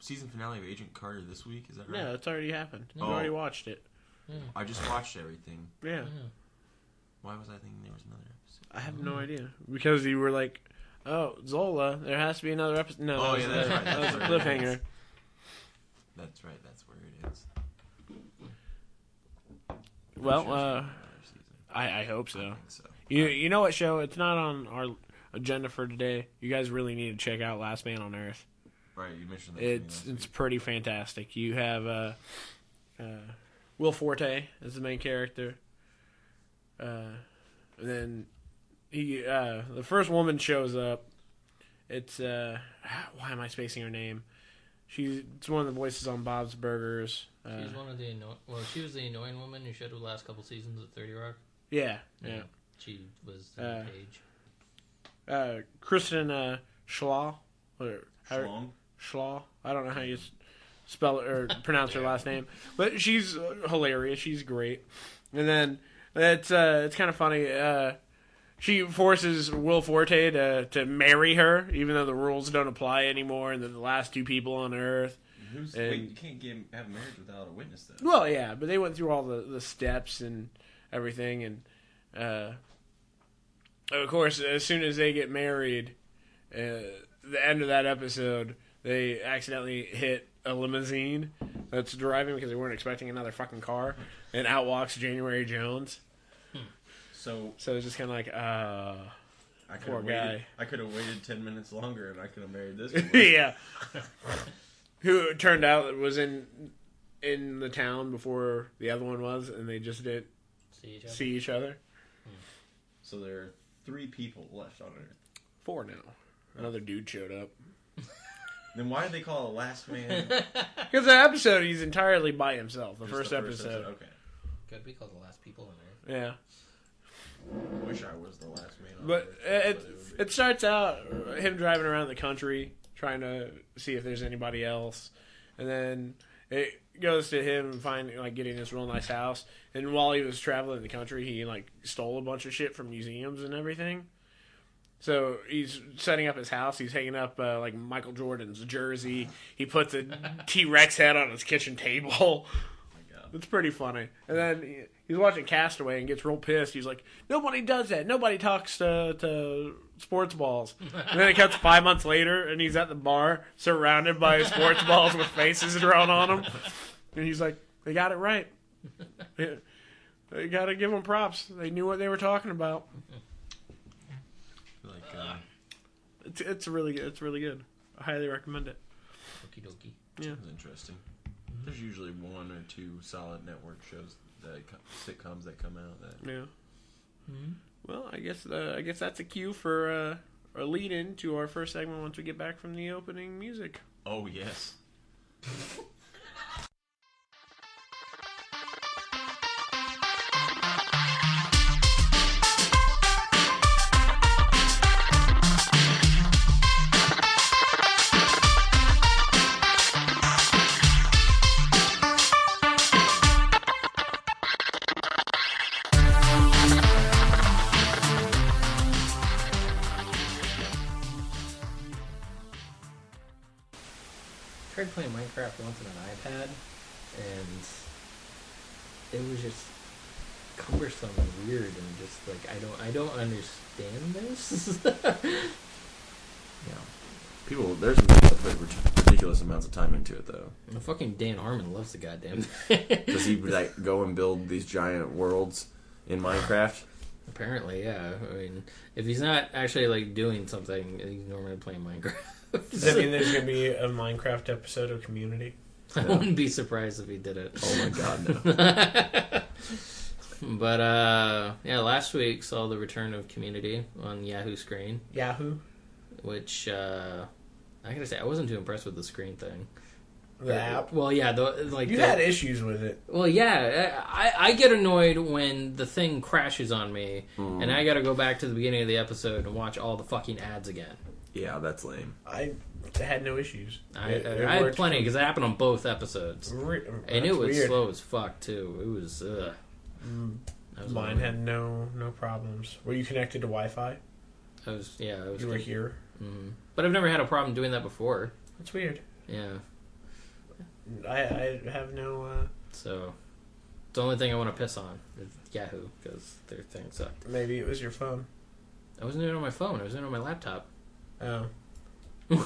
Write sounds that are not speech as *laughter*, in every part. season finale of Agent Carter this week. Is that right? Yeah, it's already happened. You Oh. already watched it. I just watched everything. Yeah, Why was I thinking there was another episode? I have Mm-hmm. no idea because you were like, "Oh, Zola, there has to be another episode." No, Oh, that was, yeah, that's the- right, that was that's a right. cliffhanger. That's right. That's where it is. I'm Well, sure it's gonna uh, be another season. I, I hope I so. think so. You you know what show? It's not on our agenda for today. You guys really need to check out Last Man on Earth. Right, you mentioned that. to me It's last it's week. pretty fantastic. You have uh, uh, Will Forte as the main character. Uh, and then he uh, the first woman shows up. It's uh, why am I spacing her name? She's it's one of the voices on Bob's Burgers. Uh, She's one of the annoying. Well, she was the annoying woman who showed up the last couple seasons of Thirty Rock. yeah, yeah. She was Uh, the page. Uh, Kristen uh, Schlaw, or how- Schlong? Schlaw. I don't know how you s- spell it or pronounce her last name, but she's uh, hilarious. She's great. And then it's uh, it's kind of funny. Uh, she forces Will Forte to to marry her, even though the rules don't apply anymore, and they're the last two people on Earth. Who's, and- wait, you can't get, have a marriage without a witness, though. Well, yeah, but they went through all the, the steps and everything, and uh, of course, as soon as they get married, uh, the end of that episode, they accidentally hit a limousine that's driving because they weren't expecting another fucking car, and out walks January Jones. So So it's just kind of like, uh, *laughs* I could Poor have waited. guy. I could have waited ten minutes longer, and I could have married *laughs* this. one. yeah. Who it turned out was in in the town before the other one was, and they just didn't See each other. see *laughs* each other. So there are three people left on Earth. Four now. Another dude showed up. Then why do they call it Last *laughs* Man? Because the episode, he's entirely by himself. The Just first, episode. Okay. Could be called the last people on Earth. Yeah. I wish I was the last man. On But uh, Earth, it, would be- it starts out uh, him driving around the country trying to see if there's anybody else. And then it goes to him finding, like, getting this real nice house. And while he was traveling the country, he, like, stole a bunch of shit from museums and everything. So he's setting up his house. He's hanging up, uh, like, Michael Jordan's jersey. He puts a T Rex head on his kitchen table. *laughs* Oh my God. It's pretty funny. And then he- he's watching Castaway and gets real pissed. He's like, nobody does that. Nobody talks to, to sports balls. And then it cuts five months later, and he's at the bar surrounded by sports balls with faces drawn on them. And he's like, they got it right. They got to give them props. They knew what they were talking about. like uh, It's, it's really good. It's really good. I highly recommend it. Okie dokie. Yeah. it's interesting. There's usually one or two solid network shows that co- sitcoms that come out that Yeah. Hmm? Well, I guess uh, I guess that's a cue for uh, a lead in to our first segment once we get back from the opening music. Oh yes. tried playing Minecraft once on an iPad, and it was just cumbersome and weird, and just like I don't, I don't understand this. *laughs* Yeah. People, there's people that put ridiculous amounts of time into it though, And fucking Dan Harmon loves the goddamn. *laughs* because he would like go and build these giant worlds in Minecraft. Apparently, yeah. I mean, if he's not actually like doing something, he's normally playing Does that Minecraft. mean there's gonna be a Minecraft episode of Community? I wouldn't be surprised if he did it. Oh my God, no. But uh, yeah, last week saw the return of Community on Yahoo Screen. Yahoo. which uh, I gotta say I wasn't too impressed with the screen thing. The app. Well, yeah, the, like You the- had issues with it. Well, yeah, I, I get annoyed when the thing crashes on me, *laughs* and I gotta go back to the beginning of the episode and watch all the fucking ads again. Yeah, that's lame. I had no issues. I, It- it I had worked plenty for- because it happened on both episodes, Re- and it that's was weird. Mm, slow as fuck too. It was. Ugh. I was Mine annoyed. had no no problems. Were you connected to Wi-Fi? I was yeah. I was. You were here. Mm-hmm. Mhm. But I've never had a problem doing that before. That's weird. Yeah. I, I have no. Uh, So, it's the only thing I want to piss on is Yahoo because their thing sucked. maybe it was your phone. I wasn't doing it on my phone. I was doing it on my laptop. *laughs* Oh. Then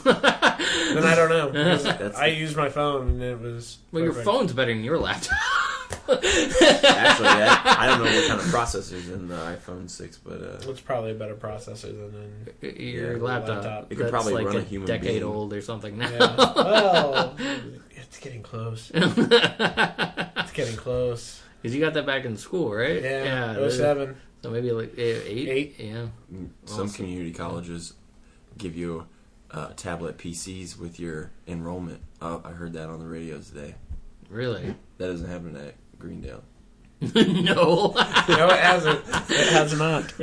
I don't *laughs* know. because That's I the- used my phone and it was. Well, your perfect. phone's better than your laptop. *laughs* Actually, I, I don't know what kind of processor's in the iPhone 6, but uh, It's probably a better processor than. *laughs* your Yeah, laptop. laptop. It could probably like run a, a human decade being. old or something now. Yeah. Oh. *laughs* well, it's getting close. It's getting *laughs* close. Because you got that back in school, right? Yeah. that- Oh seven. So maybe like eh, eight. Eight. Yeah. some Awesome. community colleges give you uh, tablet PCs with your enrollment. Uh, I heard that on the radio today. Really? *laughs* That doesn't happen at Greendale. no. No, it hasn't. It has not.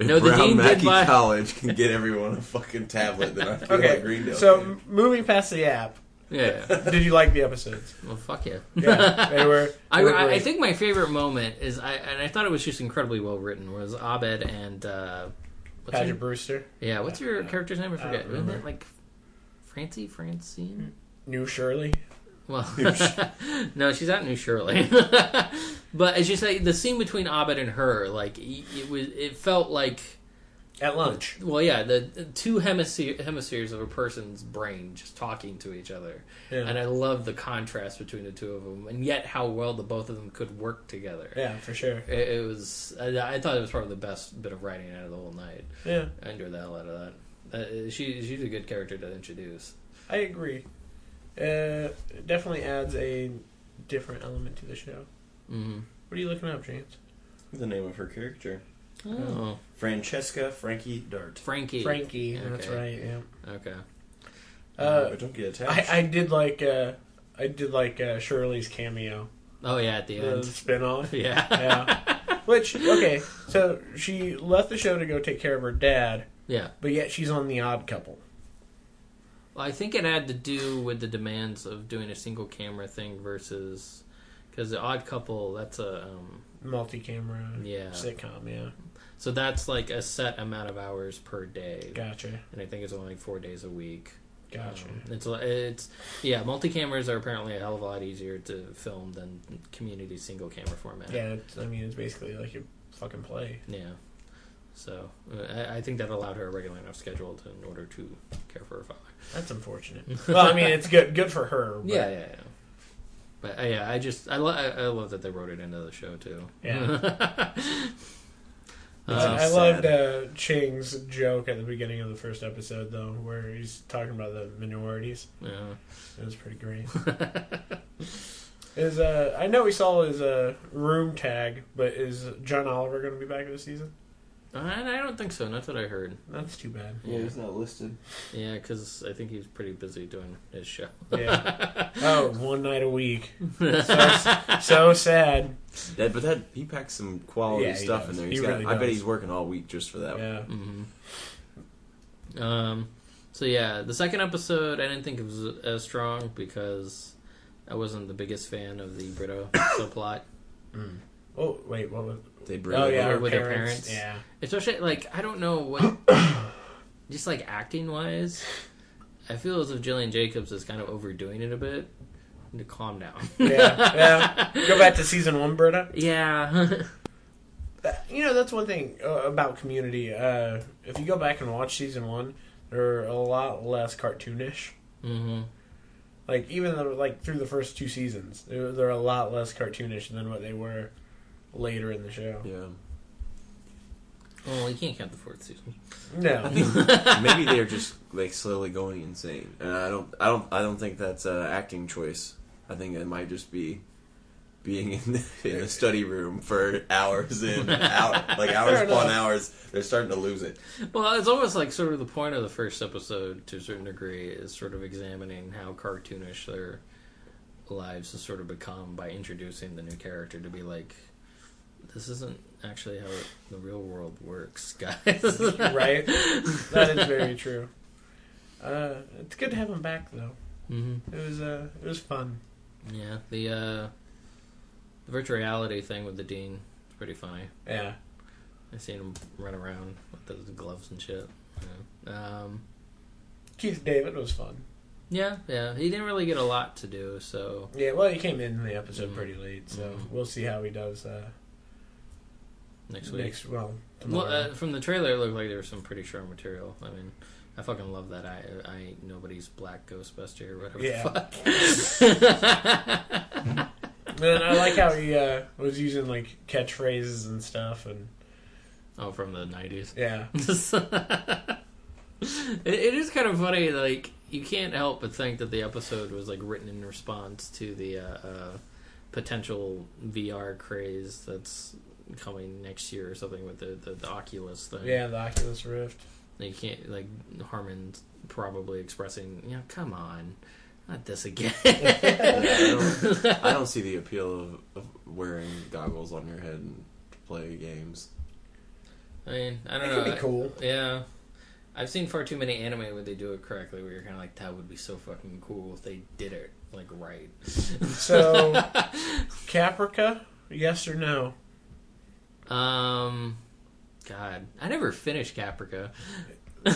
No, the Brown dean did Mackey buy- College can get everyone a fucking tablet. Then I feel Okay. like Greendale. So can. m- moving past the app, *laughs* yeah. did you like the *laughs* episodes? Well, fuck yeah. Yeah, they were. I, they were I, I great. think my favorite moment is I and I thought it was just incredibly well written was Abed and uh, what's Padgett your, Brewster, yeah Uh, what's your character's name I don't forget isn't it remember. like Francie Francine New Shirley. well *laughs* no she's not New Shirley *laughs* but as you say the scene between Abed and her like it, it was it felt like At lunch. well yeah the the two hemisphere, hemispheres of a person's brain just talking to each other Yeah. and I love the contrast between the two of them and yet how well the both of them could work together Yeah, for sure. It, it was. I, I thought it was probably the best bit of writing out of the whole night. Yeah, I enjoyed the hell out of that. Uh, she she's a good character to introduce. I agree. Uh, it definitely adds a different element to the show. Mm-hmm. What are you looking up, James? the name of her character, Oh, Francesca Frankie Dart. Frankie. Frankie. That's Okay. right. Yeah. Okay. Uh, but don't get I, attached. I did like uh, I did like uh, Shirley's cameo, Oh yeah, at the the end. spinoff. *laughs* yeah. Yeah. Which okay, so she left the show to go take care of her dad, Yeah. but yet she's on the Odd Couple. Well, I think it had to do with the demands of doing a single camera thing versus because the Odd Couple. That's a um, multi-camera yeah. sitcom. Yeah, So that's like a set amount of hours per day, gotcha, and I think it's only four days a week. gotcha. Um, it's li- it's yeah, multi cameras are apparently a hell of a lot easier to film than community single camera format. yeah, it's, I mean it's basically like a fucking play. Yeah. So uh, I, I think that allowed her a regular enough schedule to, in order to care for her father. That's unfortunate. *laughs* well, I mean it's good, good for her. But yeah, yeah, yeah. But uh, yeah, I just I, lo- I, I love that they wrote it into the show too. *laughs* Yeah. Oh, I- Uh, I sad. loved uh, Ching's joke at the beginning of the first episode though, where he's talking about the minorities. yeah. It was pretty great. Is uh, I know we saw his uh, room tag, but is John Oliver going to be back this season? Uh, And I don't think so. Not that I heard. That's too bad. yeah, it's not listed. Yeah, because I think he's pretty busy doing his show. Yeah. oh, one night a week. So, so sad. That, but that he packs some quality Yeah, he stuff does. in there. He He's got, really I bet does. he's working all week just for that. Yeah. Mm-hmm. Um, so yeah, the second episode I didn't think it was as strong because I wasn't the biggest fan of the Brito *coughs* subplot, Oh wait, what was? They bring Oh it yeah, up. her with her parents. parents. Yeah. especially like I don't know what, *coughs* just like acting wise, I feel as if Jillian Jacobs is kind of overdoing it a bit. To calm down. *laughs* Yeah, yeah. Go back to season one, Britta. yeah. *laughs* That- You know, that's one thing uh, about Community. Uh, if you go back and watch season one, they're a lot less cartoonish. mm-hmm. Like even though, like through the first two seasons, they're, they're a lot less cartoonish than what they were later in the show. Yeah. Well, you can't count the fourth season. *laughs* No, *laughs* Maybe they're just like slowly going insane, and I don't, I don't, I don't think that's an acting choice. I think it might just be being in the, in the study room for hours and hour, like hours Fair upon enough. hours. They're starting to lose it. Well, it's almost like sort of the point of the first episode, to a certain degree, is sort of examining how cartoonish their lives have sort of become by introducing the new character to be like, this isn't actually how the real world works, *laughs* guys. Mm-hmm. right? That is very true. Uh, it's good to have him back though. hmm It was uh, it was fun. Yeah, the uh, the virtual reality thing with the dean is pretty funny. Yeah. I seen him run around with the gloves and shit. Yeah. Um, Keith David was fun. Yeah, yeah. He didn't really get a lot to do, so Yeah, well, he came in the episode Mm. pretty late, so Mm. we'll see how he does uh, next week. next. Well, Well, tomorrow. uh, from the trailer, it looked like there was some pretty sure material. I mean, I fucking love that. I, I ain't nobody's black Ghostbuster or whatever. *laughs* Yeah. The fuck. *laughs* and I like how he uh, was using like catchphrases and stuff, and oh, from the nineties. *laughs* yeah, it, it is kind of funny. Like you can't help but think that the episode was like written in response to the uh, uh, potential VR craze that's coming next year or something with the the, the Oculus thing. yeah, the Oculus Rift. You can't like Harmon's probably expressing, you know, come on, not this again. *laughs* I, don't, I don't see the appeal of, of wearing goggles on your head and to play games. I mean, I It don't could know. be cool. Yeah, I've seen far too many anime where they do it correctly. Where you're kind of like, that would be so fucking cool if they did it like right. So, Caprica, yes or no? Um, God, I never finished Caprica. *laughs*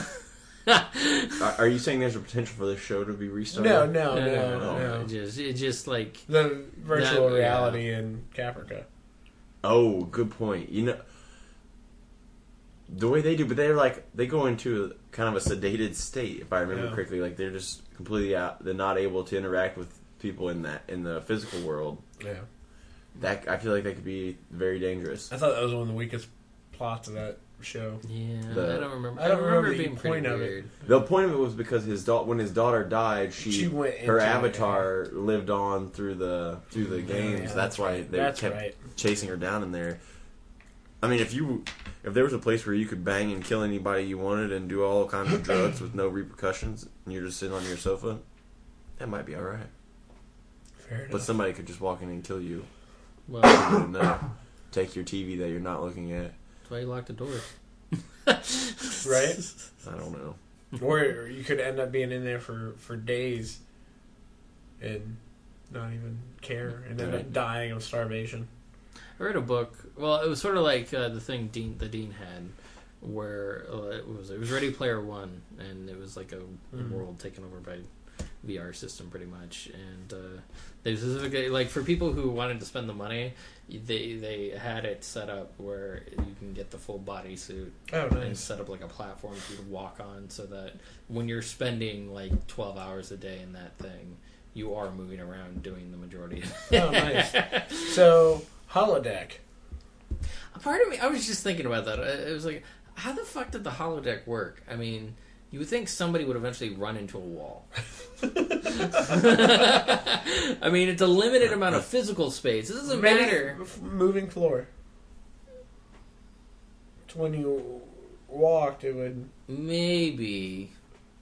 Oh, Are, are you saying there's a potential for this show to be restarted? No, no, no, no, no. no. It just it just like The virtual That- yeah. reality in Caprica. Oh, good point. You know, the way they do, but they're like they go into kind of a sedated state, if I remember Yeah. correctly. Like they're just completely out. They're not able to interact with people in that in the physical world. Yeah, That I feel like that could be very dangerous. I thought that was one of the weakest plots of that show. yeah, The- I don't remember. I don't remember the being pretty point of it. weird. The point of it was because his da- when his daughter died, she, She went her into it, avatar lived on through the through the games. yeah, that's, that's why they That's kept right. chasing her down in there. I mean, if you if there was a place where you could bang and kill anybody you wanted and do all kinds of drugs with no repercussions, and you're just sitting on your sofa, that might be all right. Fair enough. But somebody could just walk in and kill you. Well, You that's wouldn't know. Take your TV that you're not looking at. why you locked the door. Right? I don't know. Or you could end up being in there for, for days and not even care and end up Right. dying of starvation. I read a book. Well, it was sort of like uh, the thing Dean the Dean had, where uh, it was it was Ready Player One, and it was like a Mm. world taken over by VR system pretty much. And uh, they specifically like for people who wanted to spend the money, they they had it set up where you can get the full body suit Oh, and *laughs* nice. set up like a platform for you to walk on so that when you're spending like 12 hours a day in that thing you are moving around doing the majority of it. Oh, nice. So, holodeck. Part of me, I was just thinking about that. I- It was like, how the fuck did the holodeck work? I mean, you would think somebody would eventually run into a wall. *laughs* I mean, it's a limited amount of physical space. It doesn't Maybe matter. f- Moving floor. It's When you walked, it would Maybe.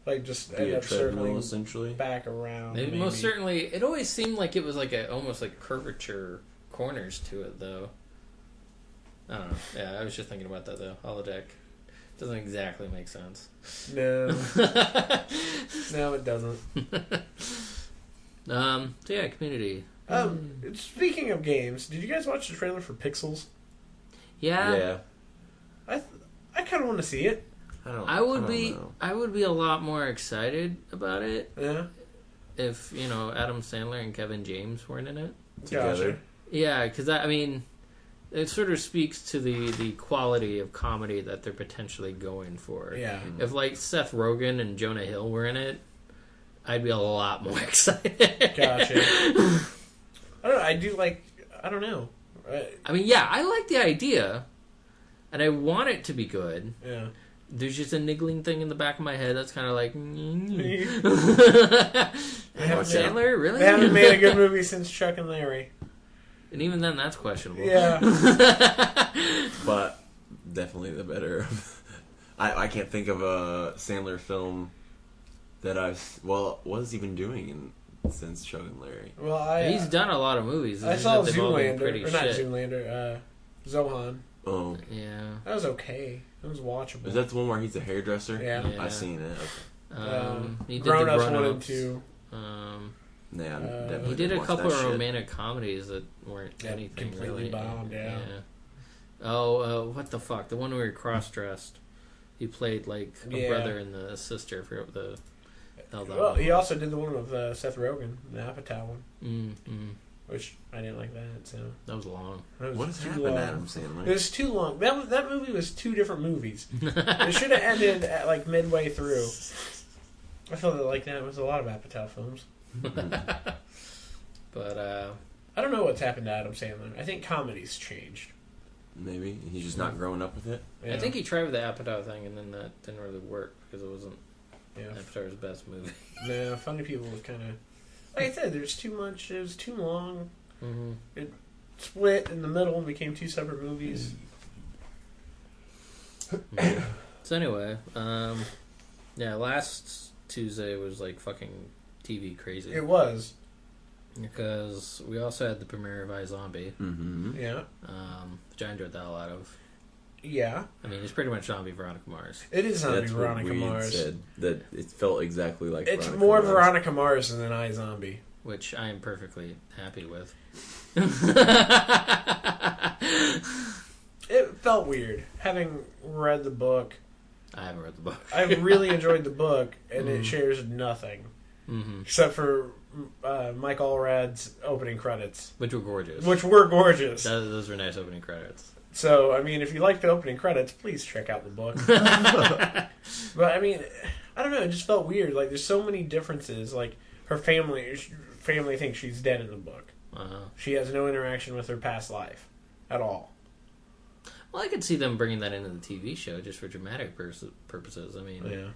like just Be end a up treadmill circling essentially. back around. Maybe. maybe. Most certainly, it always seemed like it was like a almost like curvature corners to it, though. I don't know. Yeah, I was just thinking about that though. Holodeck doesn't exactly make sense. *laughs* No, *laughs* no, it doesn't. um. So yeah, community. Um, speaking of games, did you guys watch the trailer for Pixels? Yeah, yeah, I th- I kind of want to see it. I don't. I would don't be. know. I would be a lot more excited about it Yeah, if you know Adam Sandler and Kevin James weren't in it. together. Yeah, because I mean, it sort of speaks to the the quality of comedy that they're potentially going for. Gotcha. Yeah, *laughs* If like Seth Rogen and Jonah Hill were in it, I'd be a lot more *laughs* excited. *laughs* gotcha. I don't. know, I do like. I don't know. I, I mean, yeah, I like the idea, and I want it to be good. yeah. There's just a niggling thing in the back of my head that's kind of like, *laughs* "Mm-hmm." *laughs* They Watch out. haven't, Sandler, really? they haven't made a good movie since Chuck and Larry. and even then, that's questionable. *laughs* Yeah. but definitely the better. *laughs* I, I can't think of a Sandler film that I've well was even doing in, since Chuck and Larry. Well, I uh, He's done a lot of movies. I It's saw just that they've all been Zoolander, or not Zoolander, uh, Zohan. Oh, Yeah. That was okay. That was watchable. is that the one where he's a hairdresser? yeah. Yeah. I've seen it. Okay. Um, he did grown the ups grown wanted ups. to. Um, Nah, I'm Uh, definitely he did didn't a watch couple that of shit. romantic comedies that weren't That anything completely really. bombed, yeah. Oh, uh, what the fuck? The one where he cross dressed. He played like a Yeah. brother and the sister. I forget what the Held on. Well, he also did the one with uh, Seth Rogen, the Apatow one, mm, mm, which I didn't like that. So that was long. *laughs* that was What has too happened, long. Adam It Sandler? was too long. That was, that movie was two different movies. it should *laughs* have ended at like midway through. I felt that like that was a lot of Apatow films. But uh, I don't know what's happened to Adam Sandler. I think comedy's changed. *laughs* Maybe he's just not growing up with it. Yeah. I think he tried with the Apatow thing, and then that didn't really work because it wasn't yeah. Apatow's best movie. No, Funny People was kind of like I said. There's too much. It was too long. Mm-hmm. Split in the middle and became two separate movies. *laughs* So anyway, um, yeah, last Tuesday was like fucking TV crazy Mm-hmm. It was. because we also had the premiere of I Zombie, Mm-hmm. Yeah. um, which I enjoyed that a lot of. Yeah. I mean, it's pretty much zombie Veronica Mars. It is not That's what Veronica we Mars. said. That it felt exactly like. It's Veronica more Mars. Veronica Mars than I Zombie. which I am perfectly happy with. *laughs* It felt weird having read the book. I haven't read the book. *laughs* I really enjoyed the book, and Mm-hmm. it shares nothing hmm except for uh, Mike Allrad's opening credits, Which were gorgeous. which were gorgeous. Tho- those were nice opening credits. So, I mean, if you like the opening credits, please check out the book. but I mean, I don't know. It just felt weird. Like, there's so many differences. Like, her family sh- family thinks she's dead in the book. Uh, She has no interaction with her past life at all. well, I could see them bringing that into the TV show just for dramatic pers- purposes. I mean, Yeah.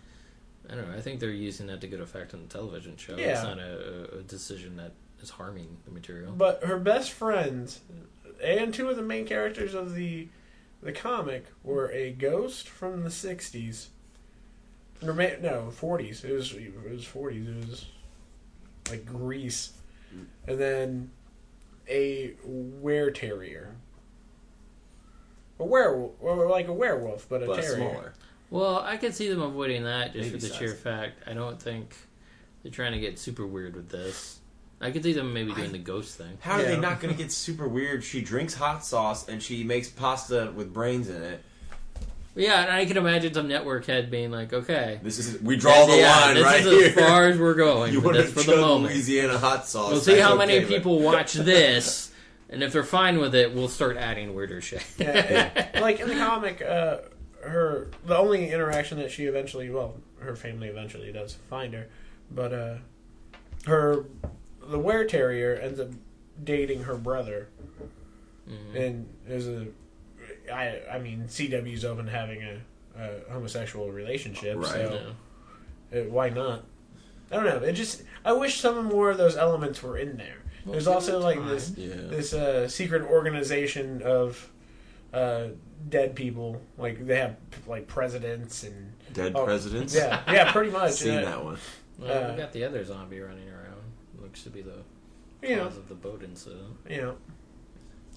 I don't know. I think they're using that to good effect on the television show. It's Yeah. not a, a- a decision that is harming the material. But her best friends and two of the main characters of the the comic were a ghost from the '60s. Or ma- No, '40s. It was it was '40s. It was like Grease, and then a were terrier. A werewolf, or like a werewolf, but a but terrier. smaller. Well, I could see them avoiding that just Maybe for the size. sheer fact. I don't think they're trying to get super weird with this. I could see them maybe doing the ghost thing. How are Yeah. they not going to get super weird? She drinks hot sauce and she makes pasta with brains in it. Yeah, and I can imagine some network head being like, okay. This is we draw the yeah, line this right is here. as far as we're *laughs* going. you but want that's to for the chug moment. Louisiana hot sauce? We'll see that's how many okay, but- *laughs* people watch this, and if they're fine with it, we'll start adding weirder shit. *laughs* Yeah, like in the comic, uh, her the only interaction that she eventually, well, her family eventually does find her, but uh, her the were terrier ends up dating her brother, and there's a, I I mean CW's open to having a, a homosexual relationship, Right. so Yeah. uh, why not? I don't know. It just I wish some more of those elements were in there. There's also like this Yeah. this uh, secret organization of uh, dead people. Like they have like *laughs* presidents and Dead Oh, presidents. yeah, yeah, pretty much. Seen uh, that one. Well, Uh, we got the other zombie running around. Looks to be the You know, cause of the boat incident. you know.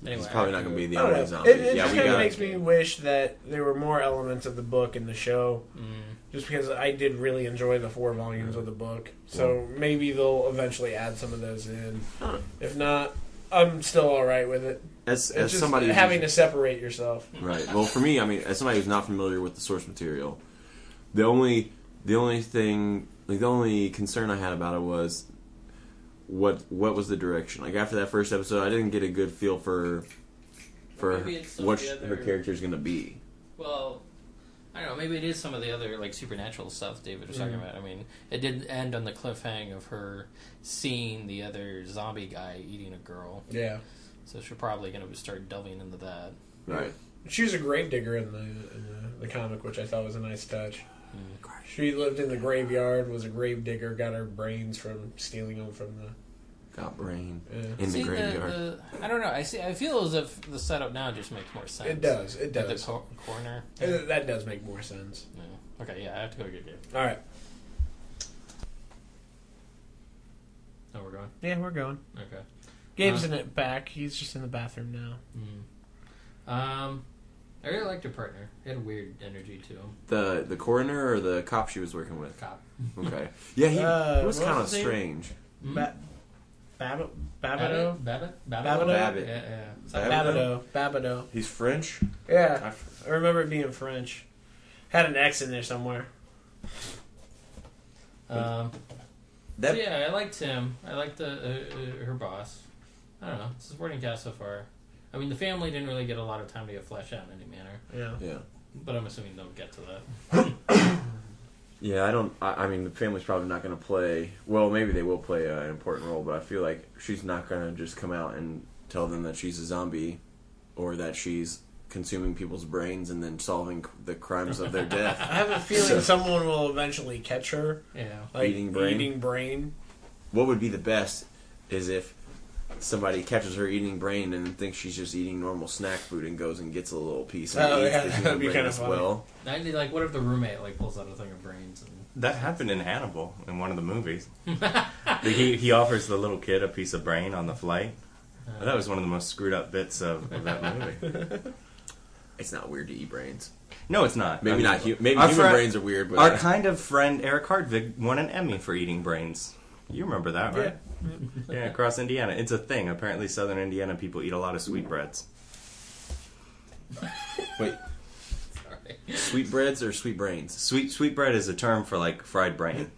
Anyway, He's probably not after- going to be in the I don't only know. zombie. It, it yeah, just we kind of got. makes me wish that there were more elements of the book in the show, Mm. just because I did really enjoy the four volumes of the book. So maybe they'll eventually add some of those in. Huh. If not, I'm still all right with it. as It's as just somebody who's- having to separate yourself. Right. Well, for me, I mean, as somebody who's not familiar with the source material, the only the only thing, like the only concern I had about it was what what was the direction. Like after that first episode, I didn't get a good feel for for Maybe it's some what of the sh- other- her character's going to be. Well, I don't know. Maybe it is some of the other like supernatural stuff David was Mm. talking about. I mean, it did end on the cliffhang of her seeing the other zombie guy eating a girl, Yeah, so she's probably going to start delving into that. Right. she was a gravedigger in the in the, the comic, which I thought was a nice touch. She lived in the graveyard, was a grave digger, got her brains from stealing them from the. Got brain Yeah. in See, the graveyard. The, I don't know. I see. I feel as if the setup now just makes more sense. It does. It At the does. cor- corner. Uh, That does make more sense. No. Okay. Yeah, I have to go get Dave. All right. No, Oh, we're going. Yeah, we're going. Okay. Gabe's Uh, in it back. He's just in the bathroom now. Mm. Um, I really liked your partner. He had a weird energy to him. the the coroner or the cop she was working *laughs* with. Cop. Okay. Yeah, he, Uh, he was what kind of was his name? strange. Ba- Bab- Babido? Babbitt? Babbitt? Babbitt? Yeah, yeah. Babido. Babido. He's French. Yeah. I- I remember it being French. Had an X in there somewhere. Um, That so yeah, I liked him. I liked the uh, uh, her boss. I don't know. Supporting cast so far. I mean, the family didn't really get a lot of time to get fleshed out in any manner, Yeah. yeah. but I'm assuming they'll get to that. Yeah, I don't. I, I mean, the family's probably not going to play. Well, maybe they will play uh, an important role, but I feel like she's not going to just come out and tell them that she's a zombie, or that she's consuming people's brains and then solving c- the crimes of *laughs* their I death. have a feeling So- someone will eventually catch her, Yeah. like Eating brain? Eating brain. What would be the best is if somebody catches her eating brain and thinks she's just eating normal snack food and goes and gets a little piece and Oh, eats yeah, the *laughs* that'd human be brain kinda as funny. well. I'd be like, what if the roommate like pulls out a thing of brains? And... *laughs* That happened in Hannibal in one of the movies. he he offers the little kid a piece of brain on the flight. That was one of the most screwed up bits of, of that movie. It's not weird to eat brains. No, it's not. Maybe I mean, not. Hu- maybe our human fri- brains are weird, but Our kind of friend Eric Hartwig won an Emmy for eating brains. You remember that, right? Yeah. across Indiana. It's a thing. Apparently, southern Indiana people eat a lot of sweetbreads. *laughs* wait, Sorry. sweetbreads or sweet brains? Sweet sweetbread is a term for like fried brain.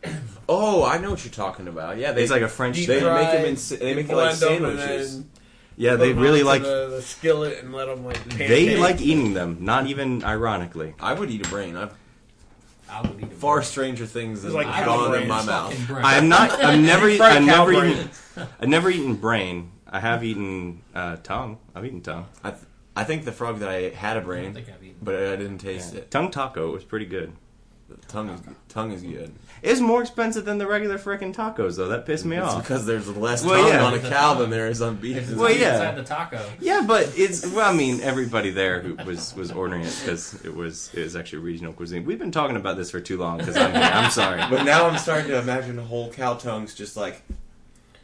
Oh, I know what you're talking about. Yeah, they, It's like a French They thing. make them in, sa- they make it like Blend 'em and sandwiches. then Yeah, they put 'em really onto like. the, the skillet and let them like. Pancake. They like eating them. Not even ironically. I would eat a brain. I've I would eat a far brain. stranger things than It's like I cow gone would in brains. my eat a fucking mouth. brain. I'm not. *laughs* I've never. eat- Fried I've cow never brain. eaten. I've never eaten brain. I have eaten uh, tongue. I've eaten tongue. I, th- I think the frog that I ate had a I don't brain, think I've eaten. but I didn't taste it. Tongue taco was pretty good. The tongue is tongue is good. It's more expensive than the regular frickin' tacos though. That pissed me It's off. because there's less Well, tongue yeah. on a cow than there is on beef. If it's Well, meat yeah. inside the taco. Yeah, but it's. Well, I mean, everybody there who was was ordering it because it was it was actually regional cuisine. We've been talking about this for too long because I'm here. I'm sorry. But now I'm starting to imagine whole cow tongues just like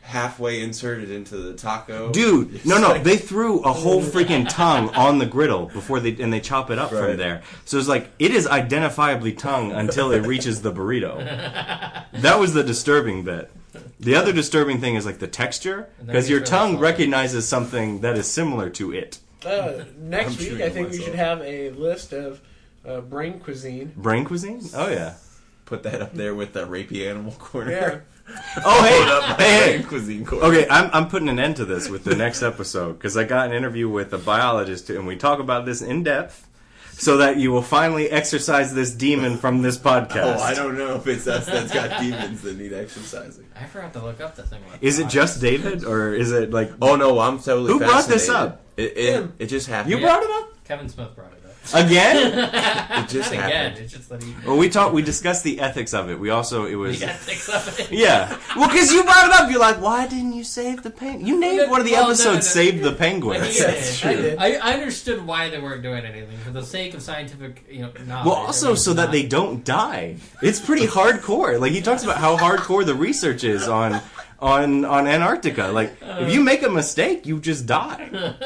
halfway inserted into the taco. Dude, no, It's no, like- they threw a whole freaking tongue on the griddle before they and they chop it up Right. from there. So it's like it is identifiably tongue until it reaches the burrito. That was the disturbing bit. The other disturbing thing is like the texture And then because you your throw tongue something. recognizes something that is similar to it. Uh, I'm next week, chewing I on think we myself. should have a list of uh, brain *laughs* cuisine. Brain cuisine? Oh yeah. Put that up there with the rapey animal corner. *laughs* Yeah. Oh hey, hey, hey. cuisine corner. Okay, I'm, I'm putting an end to this with the next episode because I got an interview with a biologist and we talk about this in depth so that you will finally exercise this demon from this podcast. Oh, I don't know if it's us that's got *laughs* demons that need exercising. *laughs* I forgot to look up the thing. about Is it tacos. just David, or is it like? Oh no, I'm totally. Who brought this fascinated. up? It, it, it just happened. You brought it up Kevin Smith brought it up. *laughs* again? it just Not again. happened. It's just that he. *laughs* well, we talked. We discussed the ethics of it. We also it was. Yeah, six of it. Yeah. Well, because you brought it up, you're like, why didn't you save the penguin? You named one of the Well, no, no, episodes no. "Save the I think Penguins." it That's is. true. I, did. I, I understood why they weren't doing anything for the sake of scientific, you know, knowledge. Well, also it so that not- they don't die. It's pretty hardcore. Like he talks about how hardcore the research is on on on Antarctica. Like if you make a mistake, you just die.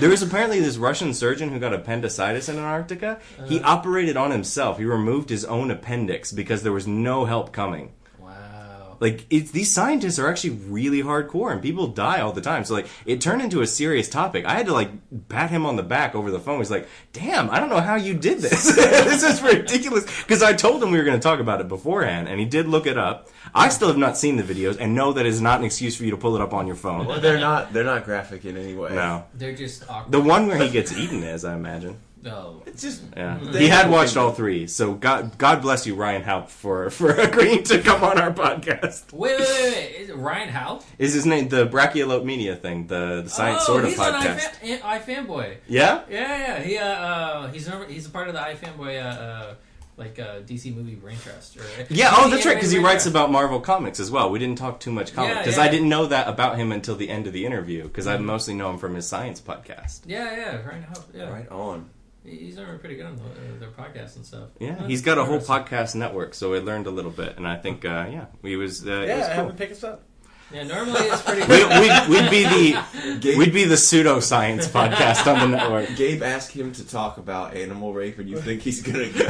There was apparently this Russian surgeon who got appendicitis in Antarctica. He Uh-huh. operated on himself. He removed his own appendix because there was no help coming. Wow. Like it's, these scientists are actually really hardcore, and people die all the time. So like it turned into a serious topic. I had to like pat him on the back over the phone. He's like, "Damn, I don't know how you did this. *laughs* this is ridiculous." Because I told him we were going to talk about it beforehand, and he did look it up. I still have not seen the videos, and know that is not an excuse for you to pull it up on your phone. Well, they're not. They're not graphic in any way. No, They're just awkward. Oh. the one where he gets eaten is, I imagine. No. It's just. Yeah, They- he had watched all three. So God, God bless you, Ryan Haupt, for for *laughs* agreeing to come on our podcast. Wait, wait, wait, wait. Is it Ryan Howe? Is his name the Brachiolope Media thing, the the science oh, sort of he's on podcast? iFan- iFanboy. yeah, Yeah, yeah. He, uh, uh, he's a, he's a part of the iFanboy, uh, uh, like, uh, DC movie Brain Trust. Or, yeah. Oh, that's right, because he Brain writes Trust. about Marvel comics as well. We didn't talk too much comic Yeah, because yeah. I didn't know that about him until the end of the interview because I mostly know him from his science podcast. Yeah, yeah, Ryan Howe. Yeah. Right on. He- He's normally pretty good on the, uh, their podcasts and stuff. Yeah, he's got a whole Interesting. podcast network, so I learned a little bit, and I think uh, yeah, he was uh, it Yeah, was have cool. him pick us up. Yeah, normally it's *laughs* pretty We, we'd, we'd be the we'd be the pseudoscience podcast on the network. Gabe asked him to talk about animal rape, *laughs* and you think he's gonna go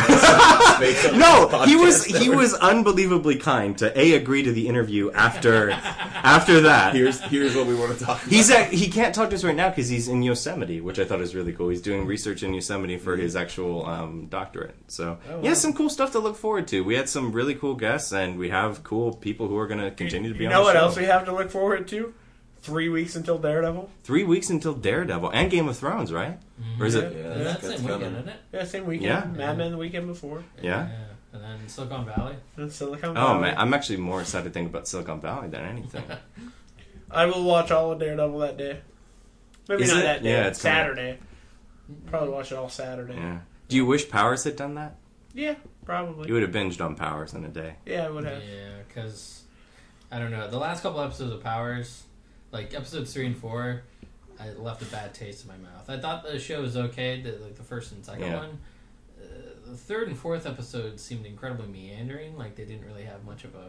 No, he was he was unbelievably kind to a agree to the interview after after *laughs* that. Here's here's what we want to talk about. He's at, he can't talk to us right now because he's in Yosemite, which I thought was really cool. He's doing research in Yosemite for his actual um, doctorate. So Oh, yeah, some cool stuff to look forward to. We had some really cool guests, and we have cool people who are going to continue to be You on. know the what show. else we have to look forward to? Three weeks until Daredevil. Three weeks until Daredevil and Game of Thrones, right? Or is it? Yeah, Yeah, Mm-hmm. that's, that's, that's the same weekend, coming. isn't it? Yeah, same weekend. Yeah. Mad Men the weekend before. Yeah. And then Silicon Valley. And Silicon Valley. Oh man, I'm actually more excited to think about Silicon Valley than *laughs* anything. I will watch all of Daredevil that day. Maybe Is not it? that day. Yeah, it's coming up. Saturday. Probably watch it all Saturday. Yeah, Yeah. Do you wish Powers had done that? probably. You would have binged on Powers in a day. yeah, I would Yeah, have. because I don't know. The last couple episodes of Powers, like episodes three and four, I left a bad taste in my mouth. I thought the show was okay, the, like the first and second Yeah. one. Uh, the third and fourth episodes seemed incredibly meandering. Like they didn't really have much of a,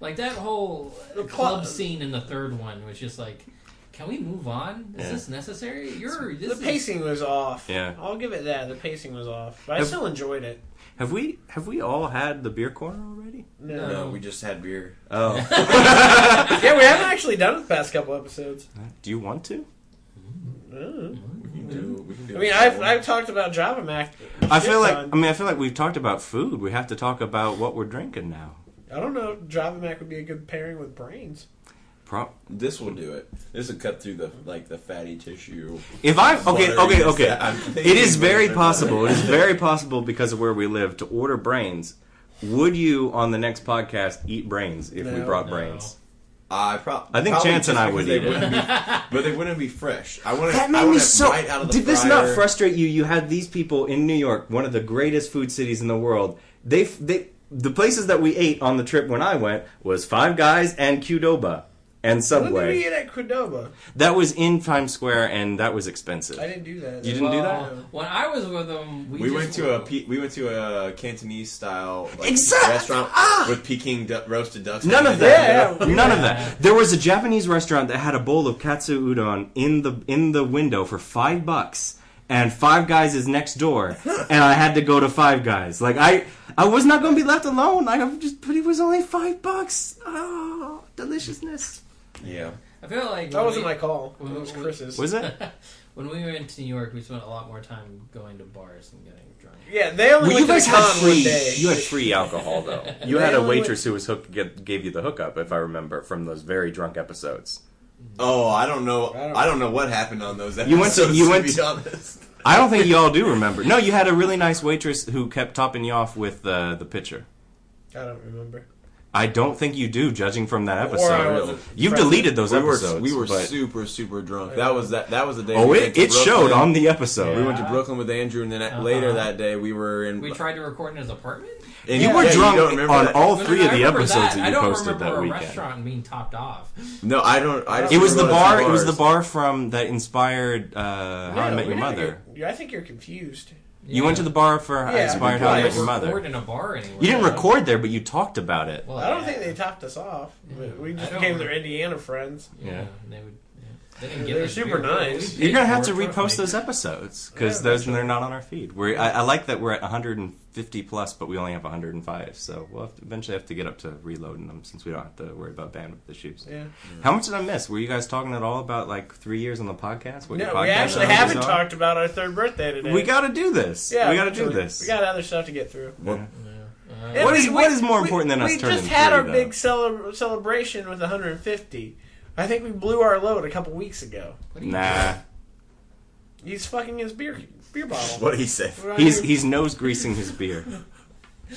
like that whole The club plot- scene in the third one was just like, can we move on? Is Yeah. this necessary? You're this The pacing was off. Yeah. I'll give it that. The pacing was off. But I Have- still enjoyed it. Have we have we all had the beer corner *laughs* already? No. No, we just had beer. Oh, yeah, we haven't actually done it the past couple episodes. Do you want to? we Mm. can Mm-hmm. do. We can do I mean, it. I've, I've talked about Java Mac. I feel like ton. I mean I feel like we've talked about food. We have to talk about what we're drinking now. I don't know if Java Mac would be a good pairing with brains. Pro- this will do it. This will cut through the like the fatty tissue. if I okay Butter okay is- okay, *laughs* I'm it is thinking very butter. possible. It is very possible because of where we live to order brains. Would you on the next podcast eat brains if we No. brought No. brains? I prob- I think probably Chance and just I because would they eat it. wouldn't be- but they wouldn't be fresh. I want That I made want me it so. Right out of the did this not fryer. frustrate you? You had these people in New York, one of the greatest food cities in the world. They f- they the places that we ate on the trip when I went was Five Guys and Qdoba When did and we Subway. eat at Cordoba? That was in Times Square and that was expensive. I didn't do that. You didn't do that? Well, When I was with them, we, We just- went to a pe- we went to a Cantonese style like, Exact- restaurant Ah! with Peking du- roasted ducks. None of Yeah, that. yeah. None of that. There was a Japanese restaurant that had a bowl of katsu udon in the in the window for five bucks, and Five Guys is next *laughs* door, and I had to go to Five Guys. Like I, I was not going to be left alone. Like I'm just, but it was only five bucks. Oh, deliciousness. Yeah, I feel like That when wasn't we- my call. It when was we- Chris's. Was it? *laughs* When we went to New York, we spent a lot more time going to bars and getting drunk. Yeah, they only Well, you went guys to had the con free. one day. You had free alcohol though. You They had a only waitress who was hook, get, gave you the hookup, if I remember from those very drunk episodes. Oh, I don't know. I don't- I don't know what happened on those episodes. You went to- you went be to- honest. I don't think y'all do remember. No, you had a really nice waitress who kept topping you off with uh, the pitcher. I don't remember. I don't think you do, judging from that Or I episode. wasn't You've present. deleted *laughs* those We were episodes. we were but- super super drunk. That was that that was the day. oh, we it, went to it showed Brooklyn. on the episode. We went to Yeah. Brooklyn with Andrew, and then a- Uh-huh. later that day we were in. We tried to record in his apartment. and- You yeah, were yeah, drunk don't remember on that. all But three then of I the remember episodes that, I you don't posted remember that a weekend. restaurant being topped off. No, I don't. I just It was the remember bar. two It was the bars. bar from that inspired uh, How No, to Met we didn't Your Mother. get- yeah, I think you're confused. You went to the bar for Yeah. inspired Yeah, How I to Met didn't Your Record Mother. in a bar anywhere. You didn't though. record there, but you talked about it. Well, I don't yeah. think they topped us off. We- We I just don't became know. their Indiana friends. Yeah, Yeah. they would. Yeah. They didn't They get were us super beer, but we nice. paid You're gonna have for to it repost front, those maybe. episodes because Yeah, those they're not on our feed. We're, I, I like that we're at 150 plus, but we only have 105. So we'll have to, eventually have to get up to reloading them since we don't have to worry about bandwidth issues. Yeah. How much did I miss? Were you guys talking at all about like three years on the podcast? What your No, we podcast actually hours haven't are? talked about our third birthday today. We got to do this. yeah, we got to do actually, this. We got other stuff to get through. Yeah. Yeah. Uh, Yeah, What we- is- we- what is more we- important than us We turning just had 30, our though? big cele- celebration with 150. I think we blew our load a couple weeks ago. what do you Nah, He's fucking his beer beer bottle. What he said. What do I he's do? he's nose greasing his beer. do?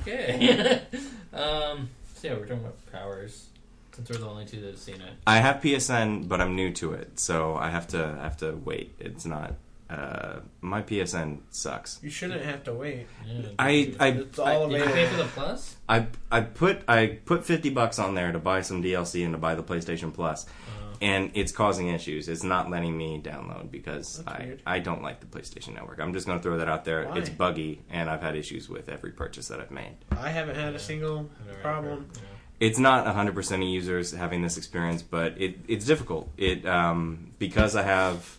Okay. *laughs* *laughs* um. So yeah, we're talking about powers. Since we're the only two that have seen it. I have PSN, but I'm new to it, so I have to I have to wait. It's not uh, my PSN sucks. you shouldn't have to wait. Yeah, I I It's all Did you pay for available. the plus? I I put I put fifty bucks on there to buy some DLC and to buy the PlayStation Plus, Uh, and it's causing issues. It's not letting me download because That's I, weird. I don't like the PlayStation Network. I'm just going to throw that out there. Why? It's buggy, and I've had issues with every purchase that I've made. I haven't had a single I've never had a problem. pair, yeah. it's not 100% of users having this experience, but it, it's difficult. It um, because I have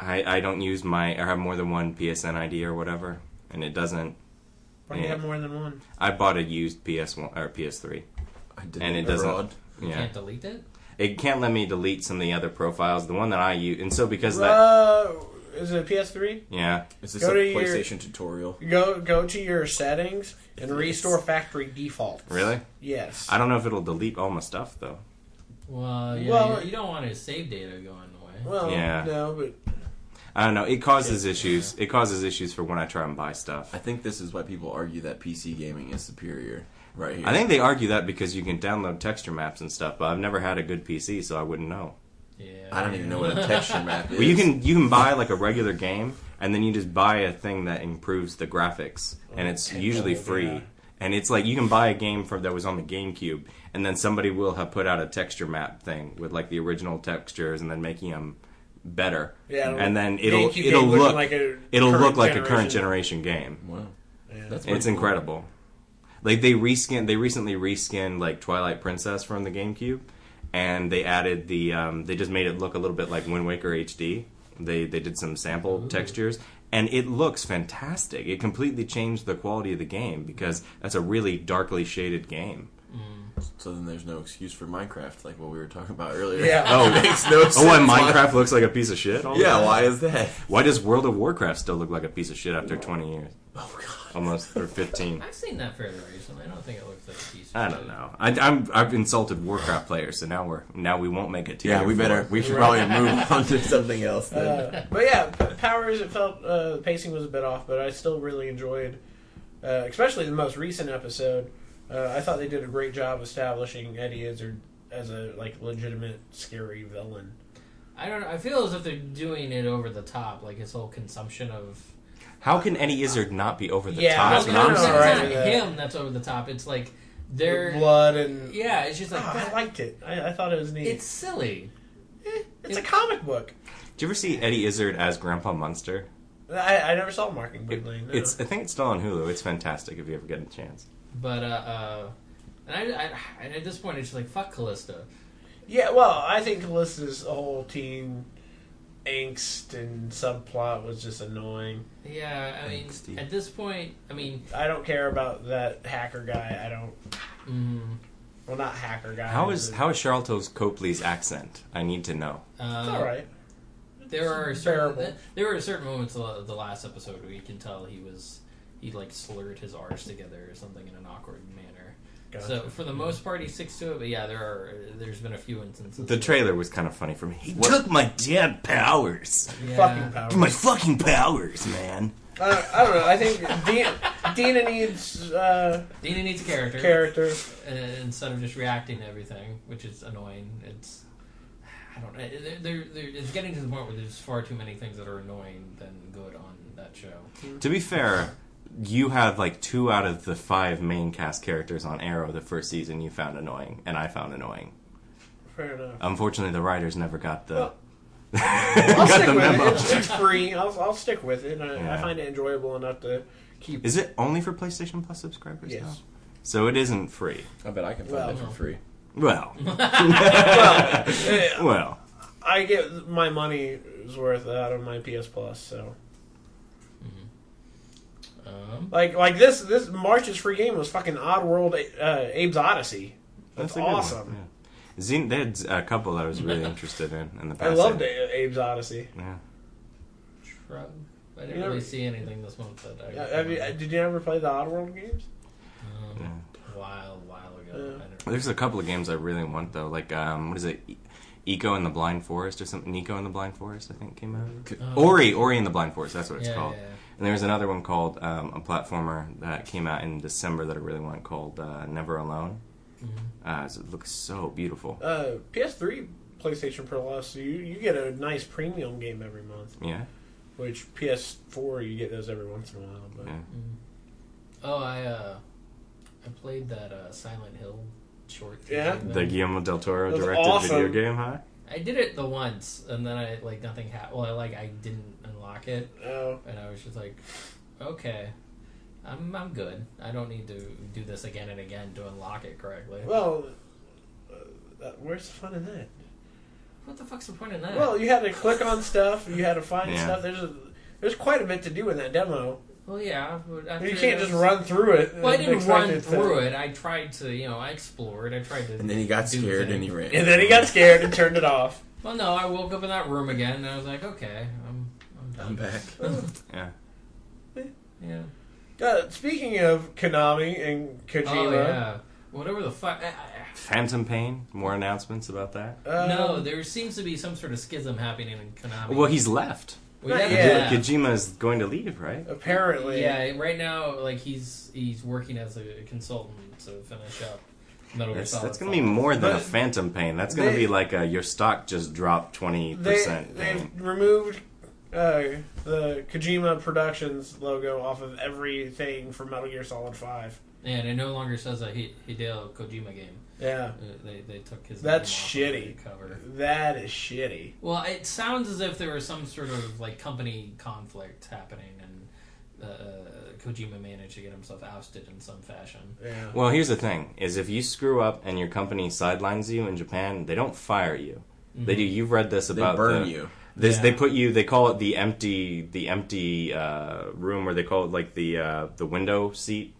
I, I don't use my I have more than one PSN ID or whatever, and it doesn't. Why do you Yeah. have more than one? I bought a used PS1 or PS3. I did And it it doesn't- abroad. You Yeah, can't delete it? it can't let me delete some of the other profiles. The one that I use, and so because that Uh, is it a PS3? yeah, Is this Go a to your- PlayStation tutorial? Go go to your settings and restore factory defaults. really Yes. I don't know if it'll delete all my stuff though. Well, yeah, Well- you, you don't want to save data going away. well, Yeah. no, but I don't know. It causes Yeah. issues. It causes issues for when I try and buy stuff. I think this is why people argue that PC gaming is superior. Right here. I think they argue that because you can download texture maps and stuff, but I've never had a good PC, so I wouldn't know. Yeah. I don't even know what *laughs* a *laughs* texture map is. Well, you can you can buy like a regular game, and then you just buy a thing that improves the graphics, and it's Okay, usually yeah. free. And it's like you can buy a game from that was on the GameCube, and then somebody will have put out a texture map thing with like the original textures, and then making them better. Yeah, and then it'll GameCube it'll game looking look like a it'll current look like a current generation. generation game. Wow. Yeah. That's It's pretty cool. incredible. Like they reskin they recently reskinned like Twilight Princess from the GameCube, and they added the um, they just made it look a little bit like Wind Waker HD. They they did some sample textures, and it looks fantastic. It completely changed the quality of the game because that's a really darkly shaded game. So then there's no excuse for Minecraft, like what we were talking about earlier. *laughs* Yeah. *laughs* Oh. *laughs* it makes no sense. Oh, and Why- Minecraft looks like a piece of shit. all the Yeah, time? why is that? Why does World of Warcraft still look like a piece of shit after twenty years, Oh god. almost or fifteen? I've seen that fairly recently. I don't think it looks like a piece of I don't know. I, I'm I've insulted Warcraft players, so now we're now we won't make it. To Yeah, year we four. better. We should *laughs* probably move on to something else. Then. Uh, but yeah, p- Powers. It felt uh, the pacing was a bit off, but I still really enjoyed, uh, especially the most recent episode. Uh, I thought they did a great job establishing Eddie Izzard as a like legitimate scary villain. I don't know. I feel as if they're doing it over the top, like his whole consumption of. How can Eddie Izzard not be over the Yeah, Ah, top? I was Well, That's gonna what I'm it's say all right saying. not with that. him that's over the top. It's like The they're. blood and Yeah, it's just like Ah, I that. liked it. I, I thought it was neat. It's silly. Eh, it's a comic book. Did you ever see Eddie Izzard as Grandpa Munster? I, I never saw Mockingbird It- Lane. no. it's I think it's still on Hulu. It's fantastic if you ever get a chance. But uh, uh and I, I and at this point it's just like fuck Callista. yeah. Well, I think Callista's whole teen angst and subplot was just annoying. Yeah, I mean Angsty. at this point, I mean I don't care about that hacker guy. I don't. mm, Well, not hacker guy. How is but- how is Charlton Copley's accent? I need to know. uh, It's all right. There are It's certain bearable. there were certain moments of the last episode where you can tell he was he like slurred his R's together or something in an awkward manner. Gotcha. So for the most part, he sticks to it. But yeah, there are there's been a few instances. The trailer was kind of funny for me. He What- took my damn powers. Yeah. Fucking power. *laughs* My fucking powers, man. I, don't, I don't know. I think Dina, Dina needs uh, Dina needs a character, character. uh, instead of just reacting to everything, which is annoying. It's I don't know. There, there, there, it's getting to the point where there's far too many things that are annoying than good on that show. To be fair, you have like two out of the five main cast characters on Arrow the first season you found annoying, and I found annoying. Fair *laughs* enough. Unfortunately, the writers never got the Well, I'll *laughs* got stick the with memo. it. It's, it's free. I'll, I'll stick with it. I, I Yeah. find it enjoyable enough to keep. Is it only for PlayStation Plus subscribers? Yes. now? So it isn't free. I bet I can find Well. it for free. Well, *laughs* *laughs* Well, eh, well, I get my money's worth out of my PS Plus. So, Um, like, like this this March's free game was fucking Oddworld uh, Abe's Odyssey. That's, that's a good awesome. One. Yeah. Xen- they had a couple that I was really interested in in *laughs* the I past. loved A- Abe's Odyssey. Yeah. shrug. I didn't You know- really see anything this month that I. Uh, Have you, uh, did you ever play the Oddworld games? Um, yeah. while while ago. Yeah. I don't There's a couple of games I really want though, like um, what is it, E- Eco and the Blind Forest or something? Nico and the Blind Forest, I think came out. Oh. Ori, Ori and the Blind Forest. That's what it's yeah, called. yeah, yeah. And there was another one called um, a platformer that came out in December that I really want called uh, Never Alone. Mm-hmm. Uh, so it looks so beautiful. Uh, PS3, PlayStation Pro Plus, you you get a nice premium game every month. Yeah, Which PS4, you get those every once in a while. But yeah. Oh, I uh, I played that uh, Silent Hill short. Yeah? thing. The Guillermo del Toro That's directed awesome. video game, huh? I did it the once, and then I like nothing happened. Well, I like I didn't unlock it, oh, and I was just like, okay. I'm I'm good. I don't need to do this again and again to unlock it correctly. Well, uh, uh, where's the fun in that? What the fuck's the point in that? Well, you had to click on stuff. You had to find Yeah. stuff. There's a, there's quite a bit to do in that demo. Well, yeah. but I after mean, you can't just those- run through it. Well, I and didn't expect run it to- through it. I tried to, you know, I explored. I tried to. And then he got do scared things. and he ran. And then he got scared and turned it off. Well, no, I woke up in that room again, and I was like, okay, I'm, I'm done. I'm back. Yeah. Yeah. Uh, speaking of Konami and Oh Kojima, yeah. Whatever the fuck. I- I- Phantom Pain. More announcements about that. um, no, there seems to be some sort of schism happening in Konami. Well, he's left. We got Yeah. yeah. Kojima is going to leave, right? apparently, yeah, right now, like he's he's working as a consultant to finish up Metal Gear That's, Solid. that's going to be more than a But- phantom pain. That's going to They- be like a your stock just dropped twenty they percent. they've removed uh, the Kojima Productions logo off of everything for Metal Gear Solid Five. Yeah, and it no longer says a Hi- Hideo Kojima game. Yeah, Uh, They they took his. That's name off of shitty. the cover. that is shitty. Well, it sounds as if there was some sort of like company conflict happening, and uh, Kojima managed to get himself ousted in some fashion. Yeah. Well, here's the thing: is if you screw up and your company sidelines you in Japan, they don't fire you. Mm-hmm. They do. You've read this They about burn the- you. This, Yeah. They put you. They call it the empty, the empty uh, room, where they call it like the uh, the window seat.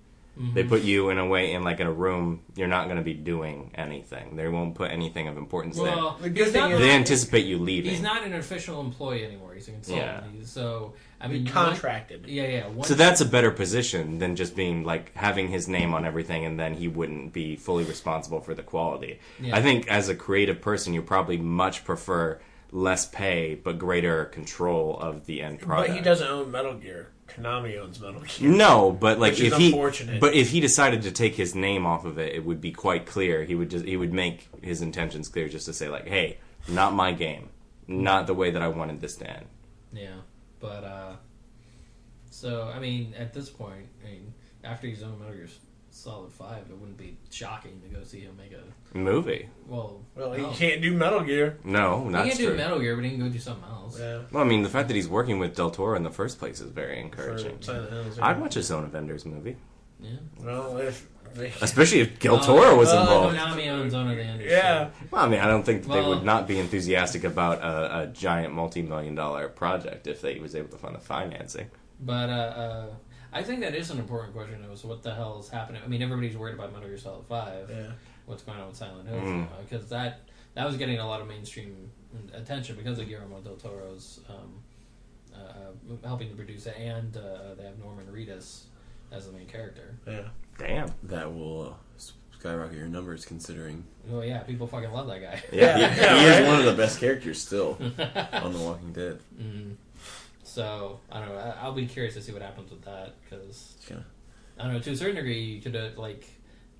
They put you in a way in like in a room. You're not going to be doing anything. They won't put anything of importance Well, The good he's thing not, there. They anticipate you leaving. he's not an official employee anymore. He's a consultant. Yeah. He's- So I mean, Contracted. one- yeah, yeah. One, So that's a better position than just being like having his name on everything and then he wouldn't be fully responsible for the quality. Yeah. I think as a creative person, you probably much prefer less pay but greater control of the end product. But he doesn't own Metal Gear. Konami owns Metal Gear. No, but like Which is if he unfortunate. but if he decided to take his name off of it, it would be quite clear. He would just he would make his intentions clear just to say like, "Hey, not my game. Not the way that I wanted this to end." yeah, but uh, so I mean, at this point, I mean, after he's on Metal Gear Solid Five, it wouldn't be shocking to go see him make a Movie. well. Well, no. he can't do Metal Gear. No, He not can't true. do Metal Gear, but he can go do something else. Yeah. Well, I mean, the fact that he's working with Del Toro in the first place is very for encouraging. Silent Hills, yeah. I'd watch a Zone Avengers movie, Yeah. Well, if they, especially if Oh, Del Toro was well, involved. Konami owns Honor the *laughs* Undersea. yeah, Well, I mean, I don't think they Well- would not be enthusiastic about a, a giant multi-million dollar project if they was able to find the financing. But uh, uh, I think that is an important question. Is what the hell is happening? I mean, everybody's worried about Metal Gear Solid Five. yeah. What's going on with Silent Hmm. Hills? Because that that was getting a lot of mainstream attention because of Guillermo del Toro's um, uh, uh, helping to produce it, and uh, they have Norman Reedus as the main character. yeah. Damn. That will uh, s- skyrocket your numbers considering. Oh yeah, people fucking love that guy. Yeah. He, Yeah. he right? is one of the best characters still *laughs* on The Walking Dead. Mm. So I don't know. I- I'll be curious to see what happens with that because Yeah. I don't know. To a certain degree, you could uh, like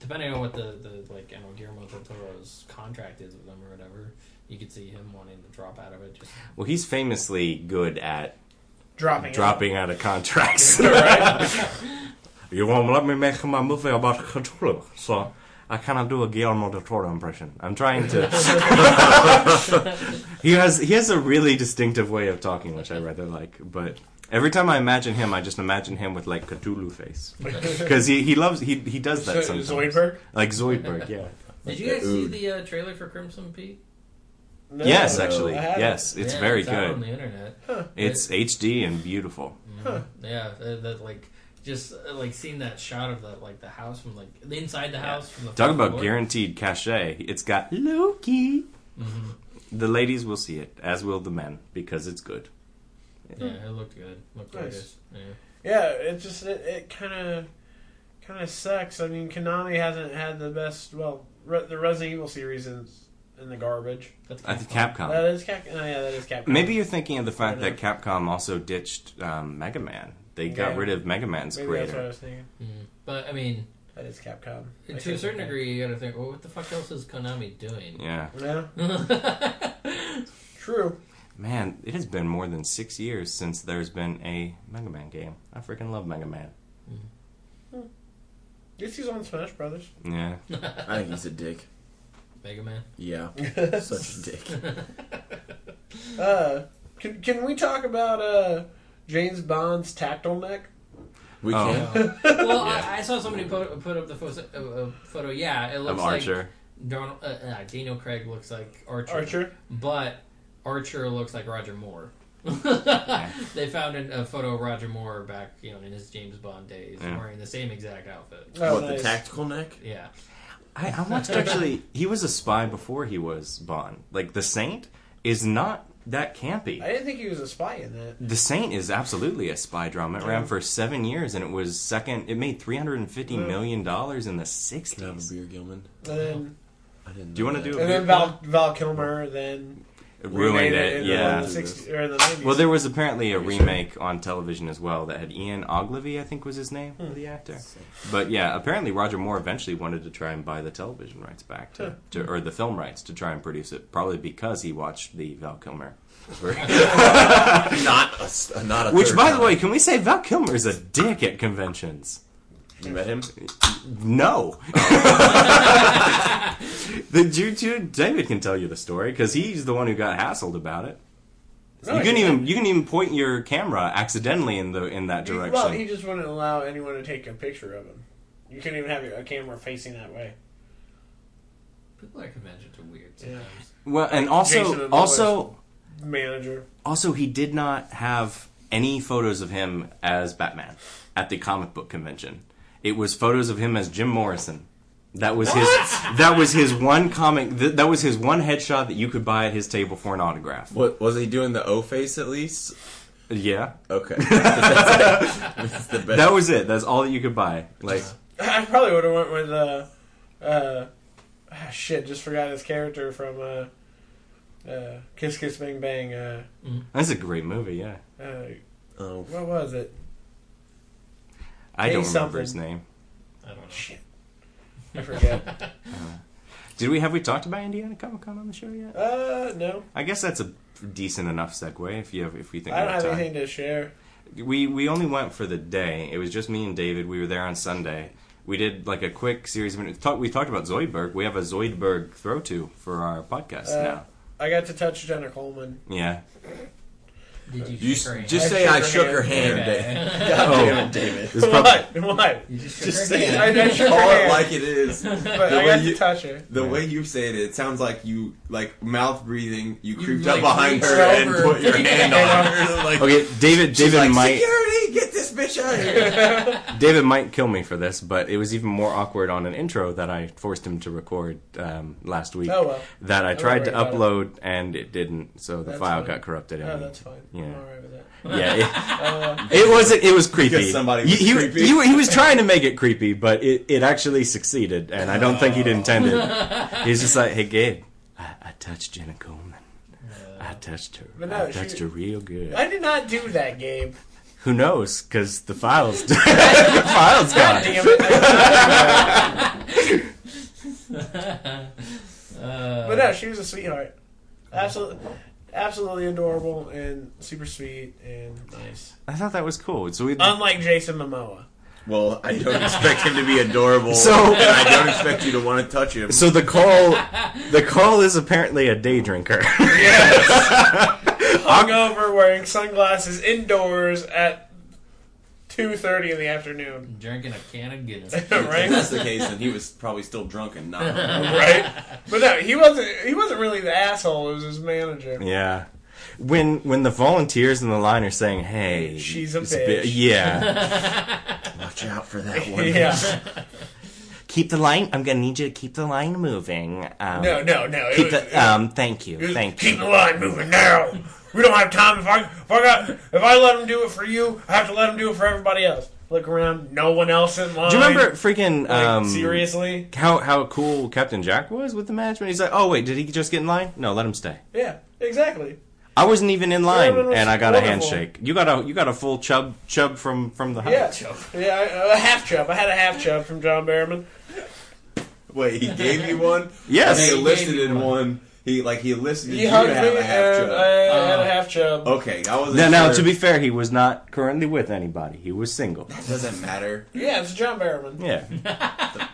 depending on what the the like I don't know Guillermo del Toro's contract is with them or whatever, you could see him wanting to drop out of it. Just, Well, he's famously good at Oh, Dropping. dropping out *laughs* of contracts. It. *laughs* Right? *laughs* you won't let me make my movie about Cthulhu, so I cannot do a Guillermo del Toro impression. I'm trying *laughs* to. *laughs* he has he has a really distinctive way of talking, which I rather like. But every time I imagine him, I just imagine him with like Cthulhu *laughs* face because he, he loves he he does that So- sometimes. Zoidberg. like *laughs* Zoidberg, yeah. Did you guys see Ood. the uh, trailer for Crimson Peak? No, yes, no, actually, Oh, I haven't. yes, it's Yeah, very it's Out on good. the internet. It's HD and beautiful. Yeah, that, that like just uh, like seeing that shot of that like the house from like the inside the house from the Talk first about floor. guaranteed cachet. It's got Loki. Mm-hmm. The ladies will see it, as will the men, because it's good. Yeah, it looked good. Looked Nice. gorgeous. Yeah. Yeah, it just it, it kind of kind of sucks. I mean, Konami hasn't had the best. Well, re- the Resident Evil series is in the garbage. That's I think kinda fun. Capcom. That is Cap. Oh, yeah, that is Capcom. Maybe you're thinking of the fact that Capcom also ditched um, Mega Man. They got Yeah. rid of Mega Man's Maybe that's what I creator. was thinking. Mm. But I mean, That is Capcom. I to a think- certain degree, you gotta think, well, what the fuck else is Konami doing? Yeah, Yeah, true. man, it has been more than six years since there's been a Mega Man game. I freaking love Mega Man. This he's on Smash *laughs* Brothers. Yeah, I think he's a dick. *laughs* Mega Man. Yeah. Such a dick. *laughs* Uh, can, can we talk about uh, James Bond's tactile neck? We Oh. can't. well, Yeah. I, I saw somebody put, put up the photo, uh, uh, photo. Yeah, it Of looks like Archer. Donald, uh, uh, Daniel Craig looks like Archer. Archer. But Archer looks like Roger Moore. *laughs* They found an, a photo of Roger Moore back, you know, in his James Bond days, Yeah. wearing the same exact outfit. Oh, what nice. the tactical neck? Yeah, I, I watched actually. He was a spy before he was Bond. Like the Saint is not that campy. I didn't think he was a spy in that. The Saint is absolutely a spy drama. It ran for seven years, and it was second. It made three hundred and fifty million dollars in the Can I have a sixties. beer, Gilman? And then, I didn't. Do you know wanna that. do and then Val, Val Kilmer. Then It ruined remade it. in Yeah. The 60s, or the 90s. Well, there was apparently a remake on television as well that had Ian Ogilvy, I think was his name, Hmm. the actor. But yeah, apparently Roger Moore eventually wanted to try and buy the television rights back to, to or the film rights to try and produce it, probably because he watched the Val Kilmer. *laughs* not a s- uh, not a. Which, third by time. the way, can we say Val Kilmer is a dick at conventions? you met him. *laughs* No. the Jew, Jew David can tell you the story because he's the one who got hassled about it. No, you he can even you can even point your camera accidentally in the in that He- direction. Well, he just wouldn't allow anyone to take a picture of him. You couldn't even have a camera facing that way. people at conventions are weird. Yeah. Sometimes. Well, and Jason also, and also, Lois. Manager. also, he did not have any photos of him as Batman at the comic book convention. It was photos of him as Jim Morrison. That was his. That was his one comic. Th- that was his one headshot that you could buy at his table for an autograph. What was he doing? The O face at least. Yeah, *laughs* Okay. That's the best. that was it. That's all that you could buy. Like, *laughs* I probably would have went with uh, uh, ah, shit. Just forgot his character from uh, uh, Kiss Kiss Bang Bang. Uh, that's a great movie. Yeah, uh, oh, what was it? I Hey, don't remember something. his name. I don't know. Shit, I *laughs* forget. Did we have we talked about Indiana Comic Con on the show yet? uh, no, I guess that's a decent enough segue if you have, if we think I we don't have time. anything to share. we we only went for the day. It was just me and David. We were there on Sunday. We did like a quick series of minutes. Talk, we talked about Zoidberg. We have a Zoidberg throw to for our podcast Uh, now. I got to touch Jenna Coleman. Yeah. Did you, you shake s- her hand? just I say shook I her shook hand. her hand, David. *laughs* Yeah. *laughs* God *laughs* Oh. damn it, David. *laughs* It's prob- What? What? You just, shook her Just say it. hand. I- I shook her Call it hand. like it is. *laughs* But The I way got you- to touch her. The Right. way you say it, it sounds like you like mouth breathing. You You, creeped like, up behind her reached and over. put *laughs* your hand on her. Like, Okay, David. she's David like, might. security, get this bitch out of here. David might kill me for this, but it was even more awkward on an intro that I forced him to record um, last week. Oh, well. That I Don't tried to worry about it. upload and it didn't, so the That's file fine. got corrupted. Oh, and- that's fine. I'm Yeah. alright with that. *laughs* yeah. Uh, It, it wasn't. It was creepy. Because somebody was he, he- creepy. He, he was trying to make it creepy, but it, it actually succeeded, and I don't think he'd intended. *laughs* He was just like, "Hey, Gabe, I, I touched Jenna Coleman. I touched her. But I no, touched she- her real good. I did not do that, *laughs* Gabe. Who knows? Because the files, *laughs* the files gone. Damn it. *laughs* Uh, *laughs* But uh, no, *laughs* she was a sweetheart. Absolutely, absolutely adorable and super sweet and nice. I thought that was cool. So we. Unlike Jason Momoa. Well, I don't expect him to be adorable, So- and I don't expect you to want to touch him. so the call, the call is apparently a day drinker. *laughs* Hungover, wearing sunglasses indoors at two thirty in the afternoon. *laughs* drinking a can of Guinness. If right, that's the case, then he was probably still drunk and not. *laughs* right. But no, he wasn't. He wasn't really the asshole. It was his manager. yeah. When when the volunteers in the line are saying, "Hey, She's a it's bi- bitch. *laughs* yeah, Watch out for that one. Yeah. keep the line. I'm gonna need you to keep the line moving. Um, No, no, no. It keep was, the- um, thank you, it was, thank keep you. the line moving now. We don't have time. If I if I got if I let him do it for you, I have to let him do it for everybody else. Look around, no one else in line. Do you remember freaking Like, um, seriously? how how cool Captain Jack was with the management? He's like, "Oh wait, did he just get in line? No, let him stay." Yeah, exactly. I wasn't even in line, Everyone was and I got a wonderful. handshake. You got a you got a full chub chub from from the Yeah, Heights. yeah, I- a half chub. I had a half chub from John Barrowman. Wait, he gave you one. Yes. he He elicited gave me one. one. He like he elicited He you to hugged have me, a half and uh, chub. I had a Oh. half chub. Okay, I wasn't. Now, now sure. to be fair, he was not currently with anybody. He was single. doesn't matter. Yeah, it's John Barrowman. *laughs* Yeah.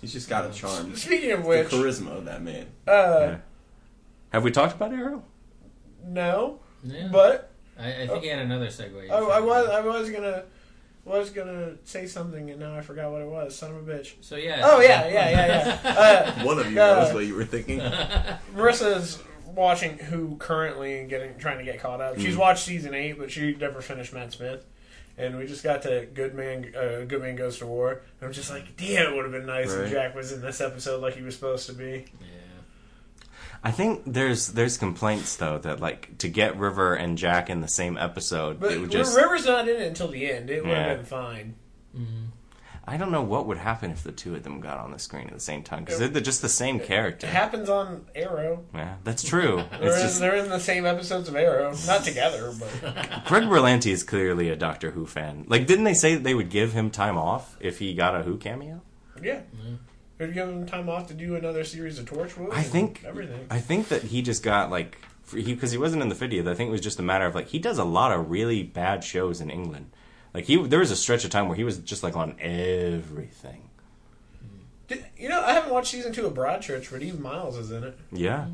He's just got a charm, Speaking of the which, uh, charisma of that man. Have we talked about it, Earl? no, Yeah. but oh, I, I think he had another segue. I, I was I was gonna was gonna say something and now I forgot what it was. Son of a bitch. So yeah. Oh yeah, yeah, yeah, *laughs* *laughs* yeah. Uh, One of you Uh, knows what you were thinking. Marissa's watching who currently and getting trying to get caught up. Mm. She's watched season eight, but she never finished Matt Smith. And we just got to Good Man. Uh, Good Man Goes to War. And I'm just like, damn, it would have been nice Right. if Jack was in this episode like he was supposed to be. Yeah. I think there's there's complaints though that like to get River and Jack in the same episode, But it would just River's not in it until the end. It would have Yeah. been fine. I don't know what would happen if the two of them got on the screen at the same time because they're the- just the same It character. happens on Arrow. Yeah, that's *laughs* true. They're, It's in, just they're in the same episodes of Arrow, not together, *laughs* but Greg Berlanti is clearly a Doctor Who fan. Like, didn't they say that they would give him time off if he got a Who cameo? yeah. They're giving him time off to do another series of Torchwood. I and think everything. I think that he just got like for- he because he wasn't in the 50th. I think it was just a matter of like he does a lot of really bad shows in England. Like he there was a stretch of time where he was just like on everything. Did, you know, I haven't watched season two of Broadchurch, but Eve Miles is in it. Yeah,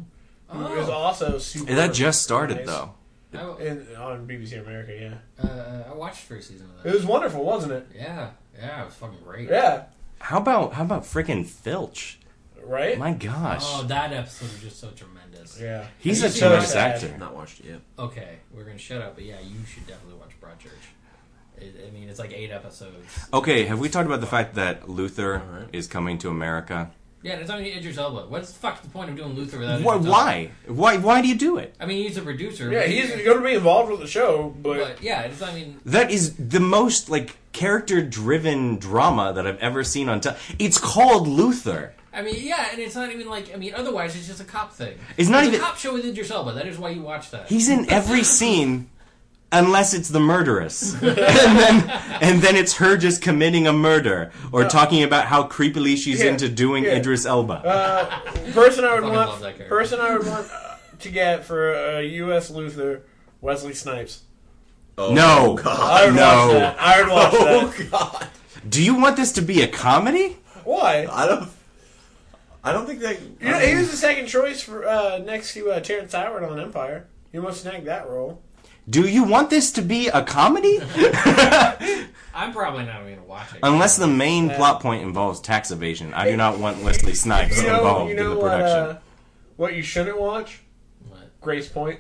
Who is also super. And that just started nice. though. I, In, on BBC America, yeah. uh, I watched first season of It that. was wonderful, wasn't it? Yeah. Yeah. It was fucking great. Yeah. How about how about freaking Filch? Right? My gosh, Oh, that episode was just so tremendous. yeah. he's you a seen tremendous that? actor. Not watched it yet. Okay, we're gonna shut up. But yeah, you should definitely watch Broadchurch. It, I mean, it's like eight episodes. Okay, have we talked about the fact that Luther Alright. is coming to America? Yeah, and it's only Idris Elba. What's the fuck's the point of doing Luther without? Why, Idris Elba? why? Why? Why do you do it? I mean, he's a producer. Yeah, but- he's going to be involved with the show, but. But yeah, it's. I mean, That is the most like character-driven drama that I've ever seen on television. It's called Luther. I mean, yeah, and it's not even like. I mean, otherwise, it's just a cop thing. It's not a even- cop show with Idris Elba. That is why you watch that. He's in every scene, unless it's the murderess, *laughs* and then and then it's her just committing a murder Uh, or talking about how creepily she's Yeah, into doing yeah. Idris Elba. Uh, person I would Fucking want, love that character. person I would want uh, to get for a U.S. Luther, Wesley Snipes. Oh, No. I God. would watch No. that. I would watch *laughs* Oh *laughs* that. God. do you want this to be a comedy? Why? I don't. I don't think that. You know, he was the second choice for uh, next to uh, Terrence Howard on Empire. He almost snagged that role. Do you want this to be *laughs* a comedy? I'm probably not even gonna watch it. Unless the main plot point involves tax evasion, I do not want Wesley Snipes You know, involved you know in the what? production. Uh, what you shouldn't watch? What? Grace Point.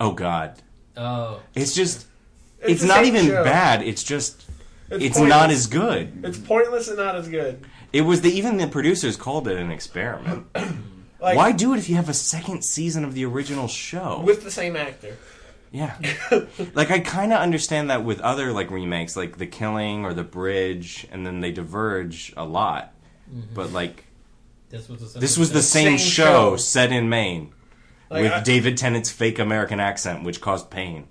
oh God, Oh, it's just It's it's, the not same even show. bad. It's just it's, pointless. not as good. It's pointless and not as good. It was the, even the producers called it an experiment. Like Why do it if you have a second season of the original show? with the same actor. *laughs* yeah, like I kind of understand that with other like remakes, like The Killing or The Bridge, and then they diverge a lot. But like this was the this was the Mm-hmm. Same same, show. show, set in Maine. Like, with I- David Tennant's fake American accent, which caused pain.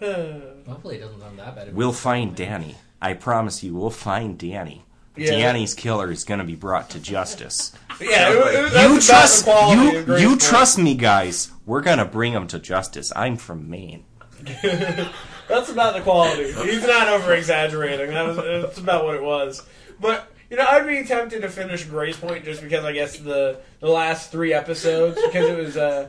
uh, Hopefully, it doesn't sound that bad. We'll find Danny. I promise you, we'll find Danny. Yeah. Danny's killer is going to be brought to justice. Yeah, it, was- it, was- *laughs* you that's about the trust quality you. of Grace You Point. trust me, guys. We're going to bring him to justice. I'm from Maine. That's about the quality. He's not over exaggerating. That was that's about what it was. But you know, I'd be tempted to finish Grace Point just because I guess the the last three episodes because it was uh,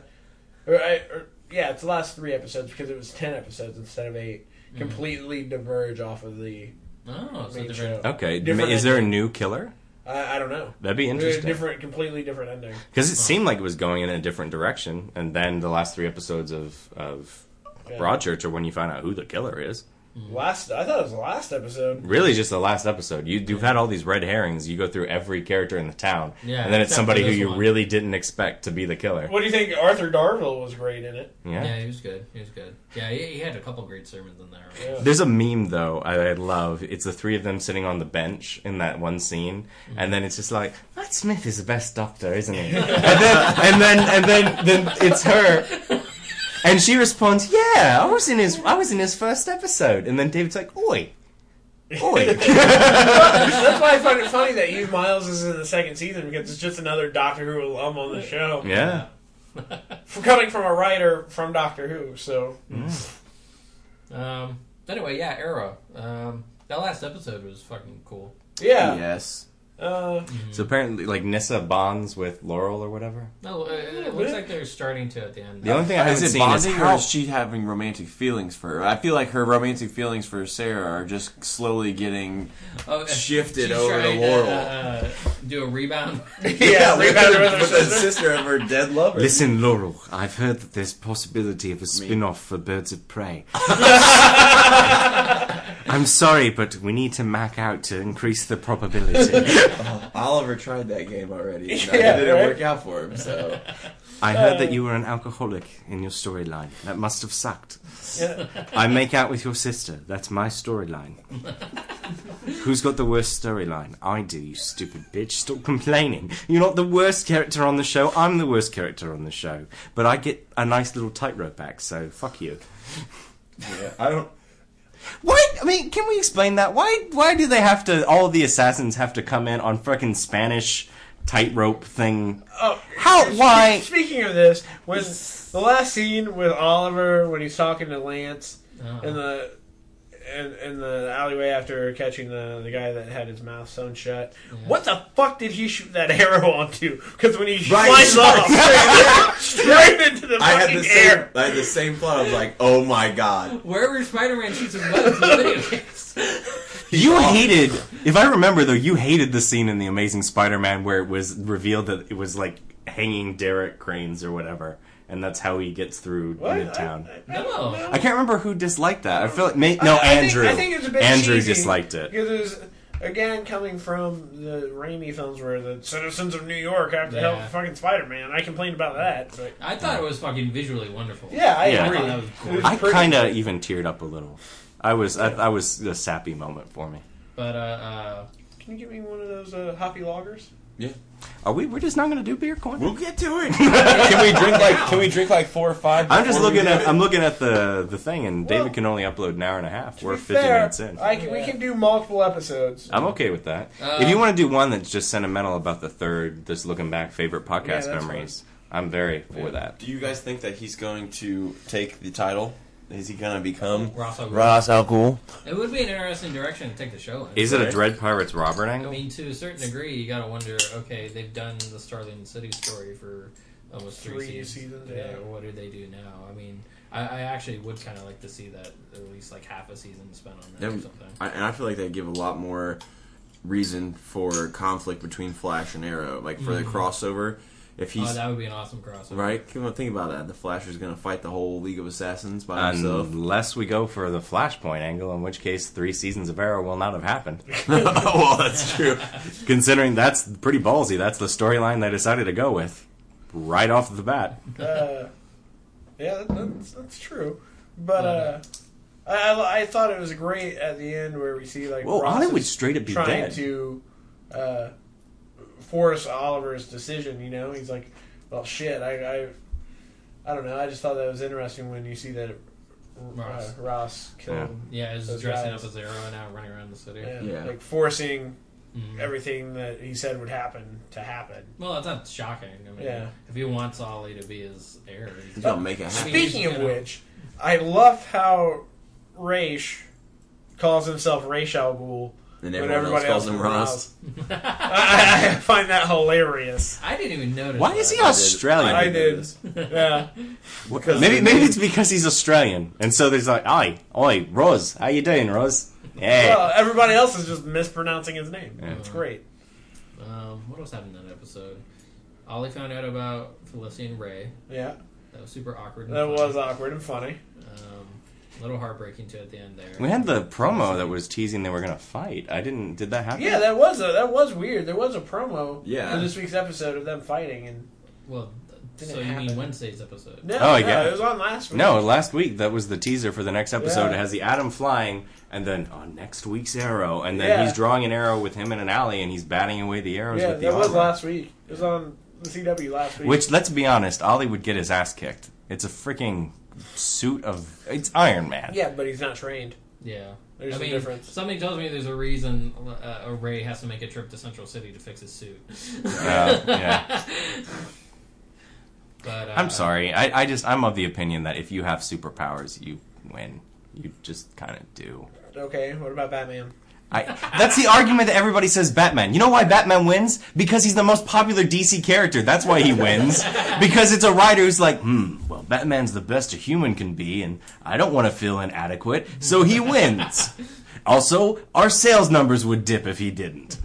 or, I- or, yeah, it's the last three episodes because it was ten episodes instead of eight. Completely diverge off of the Oh, it's a main different. show. Okay. Different Is there a new killer? I, I don't know. That'd be interesting. Different, completely different ending. Because it seemed like it was going in a different direction, and then the last three episodes of of Yeah. Broadchurch are when you find out who the killer is. Last, I thought it was the last episode. really just the last episode. You, you've had all these red herrings. You go through every character in the town, Yeah, and then it's except somebody for who this you one. really didn't expect to be the killer. What do you think? Arthur Darville was great in it. Yeah. Yeah, he was good. He was good. Yeah, he, he had a couple great sermons in there. Yeah. There's a meme though I, I love. It's the three of them sitting on the bench in that one scene, and then it's just like Matt Smith is the best doctor, isn't *laughs* he? and then and then and then then it's her. And she responds, "Yeah, I was in his. I was in his first episode." And then David's like, "Oi, *laughs* oi." That's why I find it funny that Hugh Miles is in the second season because it's just another Doctor Who alum on the show. yeah. For coming from a writer from Doctor Who, so Um. Anyway, yeah, Arrow. Um. That last episode was fucking cool. yeah. Yes. Uh, So apparently, like Nissa bonds with Laurel or whatever. No, uh, it looks like they're starting to at the end. The only thing I haven't Is it seen is bonding or how is she having romantic feelings for her? I feel like her romantic feelings for Sarah are just slowly getting. Oh, shifted she's over to trying Laurel. uh, do a rebound. *laughs* yeah, with, rebound the, with her with the sister. sister of her dead lover. Listen, Laurel, I've heard that there's possibility of a spin-off for Birds of Prey. *laughs* I'm sorry, but we need to mac out to increase the probability. Oliver tried that game already. And Yeah, it didn't right? work out for him. So I heard that you were an alcoholic in your storyline. That must have sucked. yeah. I make out with your sister. That's my storyline. Who's got the worst storyline? I do, you stupid bitch. Stop complaining. You're not the worst character on the show. I'm the worst character on the show. But I get a nice little tightrope act, so fuck you. yeah, I don't. Why? I mean, can we explain that? Why? Why do they have to? All the assassins have to come in on fucking Spanish tightrope thing. Oh, How? Why? Speaking of this, when the last scene with Oliver when he's talking to Lance Uh, in the in, in the alleyway after catching the the guy that had his mouth sewn shut, what the fuck did he shoot that *laughs* arrow onto? Because when he Right. flies *laughs* off straight into the I had fucking the same. air, I had the same thought. I was like, "Oh my god!" Wherever Spider-Man shoots his bullets in video games. *laughs* *laughs* You hated, if I remember though, you hated the scene in The Amazing Spider Man where it was revealed that it was like hanging derrick cranes or whatever, and that's how he gets through What? Midtown. I, I, No. no. I, can't remember who disliked that. I feel like, may, I- no, I think- Andrew. I think it was a bit Andrew cheesy disliked it. Because it was, again, coming from the Raimi films where the citizens of New York have to Yeah. help fucking Spider Man. I complained about that. But I thought it was fucking visually wonderful. yeah, I Yeah. agree. I thought that was cool. It was I pretty- kind of even teared up a little. I was, I, I was a sappy moment for me. But uh, uh, Can you give me one of those uh, hoppy loggers? Are we? We're just not going to do beer corner. We'll get to it. can we drink like? Can we drink like four or five? I'm just before we looking do at. it? I'm looking at the the thing, and Well, David can only upload an hour and a half. To We're be 50 fair, minutes in. I can, We can do multiple episodes. I'm okay with that. Uh, if you want to do one that's just sentimental about the third, just looking back, favorite podcast that's memories, I'm very for that. Do you guys think that he's going to take the title? Is he gonna become Ross Al Ghul. Al Ghul? it would be an interesting direction to take the show in. Is it a Right. Dread Pirates Robert I angle? mean, to a certain degree, you gotta wonder. Okay, they've done the Starling City story for almost three, Three seasons, yeah. What do they do now? I mean, I, I actually would kind of like to see that at least like half a season spent on that or Yeah. something. I, and I feel like they give a lot more reason for conflict between Flash and Arrow, like for Mm. the crossover. If Oh, he's that would be an awesome crossover. right, come on, think about that. The Flash is gonna fight the whole League of Assassins by himself. Unless we go for the Flashpoint angle, in which case three seasons of Arrow will not have happened. well, that's true. Considering that's pretty ballsy. That's the storyline they decided to go with right off the bat. Uh, yeah, that, that's, that's true. But uh, I, I, I thought it was great at the end where we see like Well, Ross Oliver is would straight up be trying dead. to uh, force Oliver's decision. You know, he's like, "Well, shit, I, I, I don't know." I just thought that was interesting when you see that uh, Ross. Ross, killed, Yeah, is Those dressing guys. up as Arrow and out running around the city. and, Yeah. like forcing Mhm. everything that he said would happen to happen. Well, it's not shocking. I mean, Yeah. if he wants Ollie to be his heir, *laughs* he's *laughs* He's gonna make it happen. Speaking you of know. which, I love how Raish calls himself Raish Al Ghul *laughs* And when everyone else everybody calls him Ross. I, I find that hilarious. I didn't even notice. Why is he Australian? I did. *laughs* Yeah. Well, maybe maybe it's because he's Australian, and so there's like, oi, oi, Roz, how you doing, Roz? Hey. Well, everybody else is just mispronouncing his name. Yeah. It's great. Um, what else happened in that episode? Ollie found out about Felicity and Ray. Yeah. That was super awkward. and That funny. was awkward and funny. Um, a little heartbreaking too at the end there. We had the promo that was teasing they were gonna fight. I didn't. Did that happen? Yeah, that was a, that was weird. There was a promo Yeah. for this week's episode of them fighting and well. Didn't so it you mean happen? Wednesday's episode? no, Oh, no, yeah. it was on last week. No, last week that was the teaser for the next episode. Yeah. It has the Atom flying, and then oh, next week's arrow, and then Yeah. he's drawing an arrow with him in an alley, and he's batting away the arrows yeah, with the that was armor. last week. It was on the CW last week. Which, let's be honest, Ollie would get his ass kicked. It's a freaking suit of it's Iron Man. yeah, but he's not trained. Yeah. There's I a mean, difference. something tells me there's a reason uh, uh, Ray has to make a trip to Central City to fix his suit. Uh, yeah. But uh, I'm sorry. I, I just I'm of the opinion that if you have superpowers, you win. You just kind of do. Okay, what about Batman? I, that's the argument that everybody says Batman. You know why Batman wins? Because he's the most popular DC character. That's why he wins. Because it's a writer who's like, hmm, well, Batman's the best a human can be, and I don't want to feel inadequate, so he wins. Also, our sales numbers would dip if he didn't.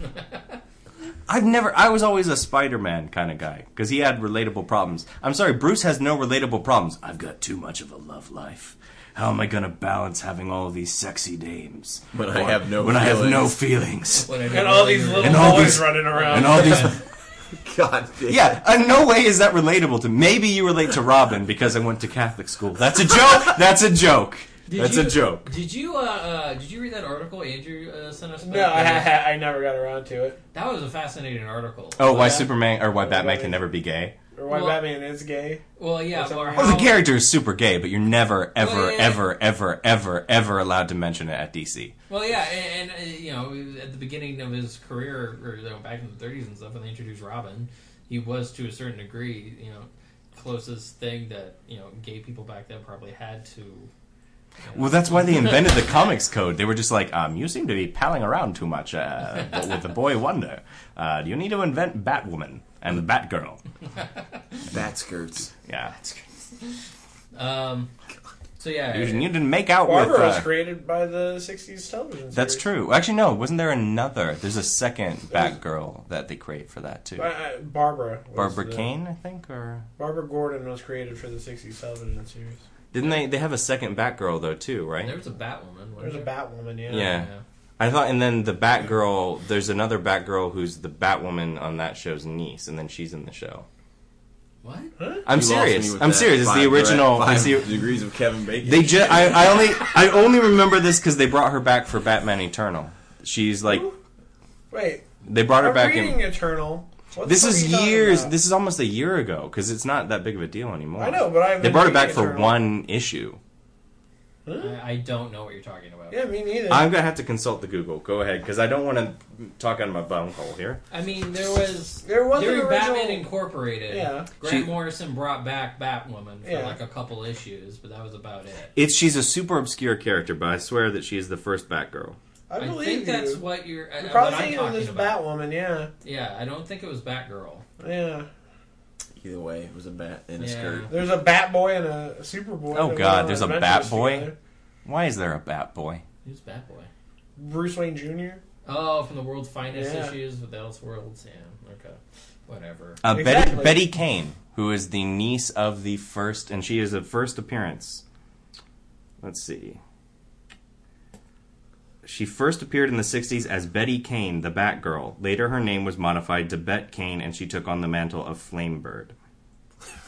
I've never. I was always a Spider-Man kind of guy because he had relatable problems. I'm sorry, Bruce has no relatable problems. I've got too much of a love life. How am I gonna balance having all these sexy dames When I have no when I have no feelings. feelings When I And all these little And all boys these- running around. and all these? *laughs* *laughs* God damn. Yeah, in no way is that relatable to. Maybe you relate to Robin because I went to Catholic school. That's a joke. That's a joke. Did That's you- a joke. Did you uh, uh, did you read that article Andrew uh, sent us? no, about? I, I, I never got around to it. that was a fascinating article. Oh, why Yeah. Superman or why Batman can never be gay? Or why Well- Batman is gay. Well, yeah. What's that? Or how, Oh, the character is super gay, but you're never, ever, Well, yeah, yeah. ever, ever, ever, ever allowed to mention it at DC. Well, yeah, and, and uh, you know, at the beginning of his career, or you know, back in the '30s and stuff, when they introduced Robin, he was to a certain degree, you know, closest thing that you know gay people back then probably had to. Well, that's why they invented the comics code. They were just like, um, you seem to be palling around too much uh, but with the boy wonder. Uh, you need to invent Batwoman and the Batgirl. Bat skirts. Yeah. Um, so yeah, You need to make out Barbara with. was Uh, created by the '60s television. that's series. true. Actually, no. Wasn't there another? There's a second Batgirl that they create for that too. Uh, uh, Barbara. was Barbara the- Kane, I think, or Barbara Gordon was created for the '60s television series. didn't they? They have a second Batgirl though too, right? there was a Batwoman. There's wasn't a there? Batwoman. Yeah. Yeah. I thought, and then the Batgirl. There's another Batgirl who's the Batwoman on that show's niece, and then she's in the show. What? I'm You lost me serious. with I'm that serious. It's the five- original. Five It's the, degrees of Kevin Bacon. they just. I, I only. I only remember this because they brought her back for Batman Eternal. She's like. Wait. They brought her I'm back reading in. Eternal. What the This fuck are is you talking years. about? This is almost a year ago because it's not that big of a deal anymore. I know, but I've They been brought her reading back for Eternal. one issue. I, I don't know what you're talking about. Yeah, me neither. I'm gonna have to consult the Google. Go ahead, because I don't want to talk on my bum hole here. I mean, there was There was during an original- Batman Incorporated. Yeah. Grant She- Morrison brought back Batwoman for Yeah. like a couple issues, but that was about it. It's she's a super obscure character, but I swear that she is the first Batgirl. I I, believe think you. that's what you're. uh, You're what probably I'm thinking of talking this about. Batwoman. Yeah. Yeah, I don't think it was Batgirl. Yeah. Either way, it was a bat in a Yeah. skirt. There's a Bat Boy and a Superboy. Oh, that God, went on there's a adventures Bat Boy? together. Why is there a Batboy? Who's Batboy? Bruce Wayne Jr. Oh, from the world's finest Yeah. issues with Elseworlds. Yeah, okay, whatever. Uh, Exactly. Betty Betty Kane, who is the niece of the first, and she is the first appearance. Let's see. She first appeared in the 60s as Betty Kane, the Batgirl. Later, her name was modified to Bet Kane, and she took on the mantle of Flamebird.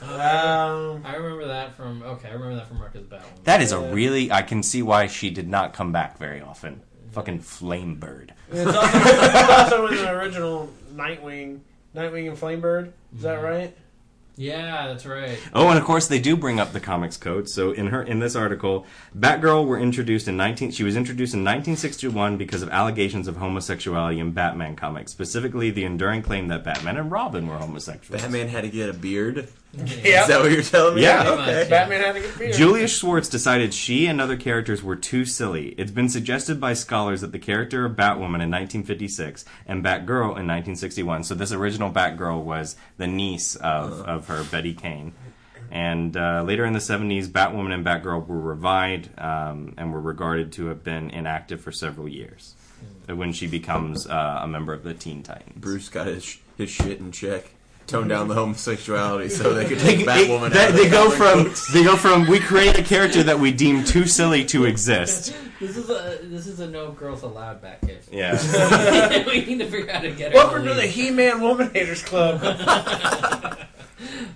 Um, I remember that from. Okay, I remember that from Ruckus Batwoman. That is a Yeah. really. I can see why she did not come back very often. Fucking Flamebird. it's, *laughs* also, it's also in the original Nightwing, Nightwing and Flamebird. Is Mm-hmm. that right? yeah, that's right. Oh, and of course they do bring up the comics code. So in her in this article, Batgirl were introduced in 19 she was introduced in 1961 because of allegations of homosexuality in Batman comics, specifically the enduring claim that Batman and Robin were homosexual. Batman had to get a beard. Yeah. Is that what you're telling me? *laughs* Yeah. Okay. Batman had to get beard. Julia Schwartz decided she and other characters were too silly. It's been suggested by scholars that the character of Batwoman in 1956 and Batgirl in 1961. So this original Batgirl was the niece of, of her Betty Kane. And uh, later in the 70s, Batwoman and Batgirl were revived um, and were regarded to have been inactive for several years when she becomes uh, a member of the Teen Titans. Bruce got his his shit in check. Toned down the homosexuality so *laughs* they could They, take Batwoman. they- out of they the go comic from books. they go from we create a character that we deem too silly to exist. This is a this is a no girls allowed Batcave. Yeah. *laughs* we need to figure out how to get her. Welcome to the leave. He-Man Woman Haters Club.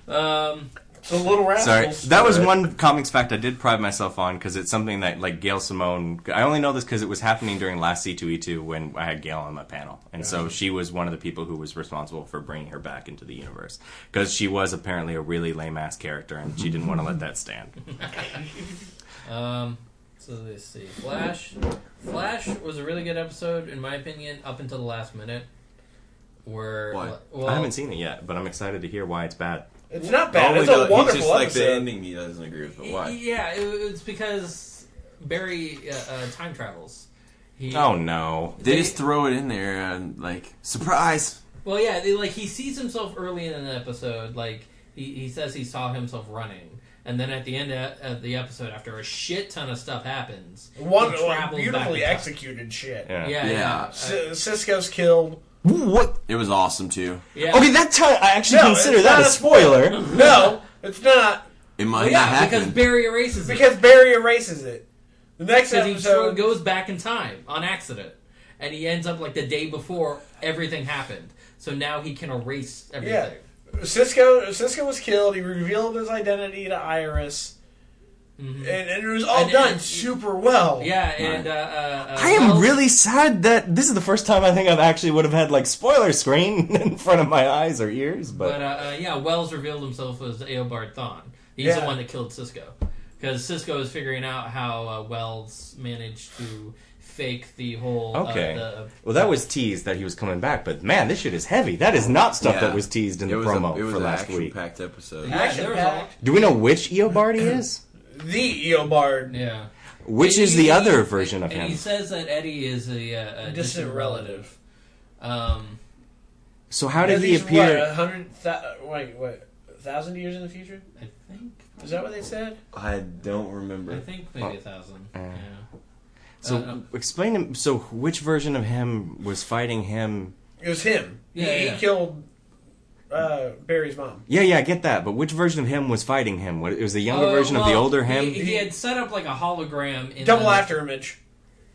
Um, the little Sorry, rascals. that was Right. one comics fact I did pride myself on because it's something that like Gail Simone. I only know this because it was happening during last C two E two when I had Gail on my panel, and so she was one of the people who was responsible for bringing her back into the universe because she was apparently a really lame ass character and she didn't want to let that stand. um, so let's see. Flash, Flash was a really good episode in my opinion up until the last minute. Where Why? well, I haven't seen it yet, but I'm excited to hear why it's bad. It's not Not bad. only It's does- a he's wonderful just like the episode. ending he doesn't agree with, but why? Yeah, it, it's because Barry uh, uh, time travels. He, Oh no. They just throw it in there and like surprise. Well, yeah, they, like he sees himself early in an episode. Like he, he says he saw himself running, and then at the end of, of the episode, after a shit ton of stuff happens, he One like, travels beautifully back in time. executed shit. Yeah, Yeah. yeah. Yeah. Uh, C- Cisco's killed. What? It was awesome too. yeah. Okay, that time I actually No, consider it's that not a a spoiler. spoiler. No, it's not It might not yeah, happen. because Barry erases it. because Barry erases it. The next because he throw- episode, goes back in time on accident, and he ends up like the day before everything happened. So now he can erase everything. Cisco Cisco was killed. He revealed his identity to Iris, Mhm. and, and it was all And- done and- super well. Yeah, and uh, uh, uh, I am Wells- really sad that this is the first time I think I've actually would have had like spoiler screen *laughs* in front of my eyes or ears, But but uh, uh, yeah, Wells revealed himself as Eobard Thawne. He's the Yeah. one that killed Cisco. Because Cisco is figuring out how uh, Wells managed to fake the whole. Okay. Uh, the, well, that was teased that he was coming back. But man, this shit is heavy. That is not stuff Yeah. that was teased in it the was promo a, it was for an last action week. packed episode. Yeah, Action there was a lot. packed. Do we know which Eobard he is? The E Eobard. Yeah. Which And is he- the other he- version of and He him? says that Eddie is a, uh, a distant relative. Um, So how did Because he he's, What, uh, appear? a hundred thou- wait, what? A thousand years in the future? I think. Is that what they said? I don't I remember. Oh, think maybe a thousand. Uh, yeah. So uh, explain him. So which version of him was fighting him? It was him. Yeah, he, yeah. he killed uh, Barry's mom. Yeah, yeah, I get that. But which version of him was fighting him? What- It was the younger Uh, version of the well, older him. He, he had set up like a hologram in Double the, after image.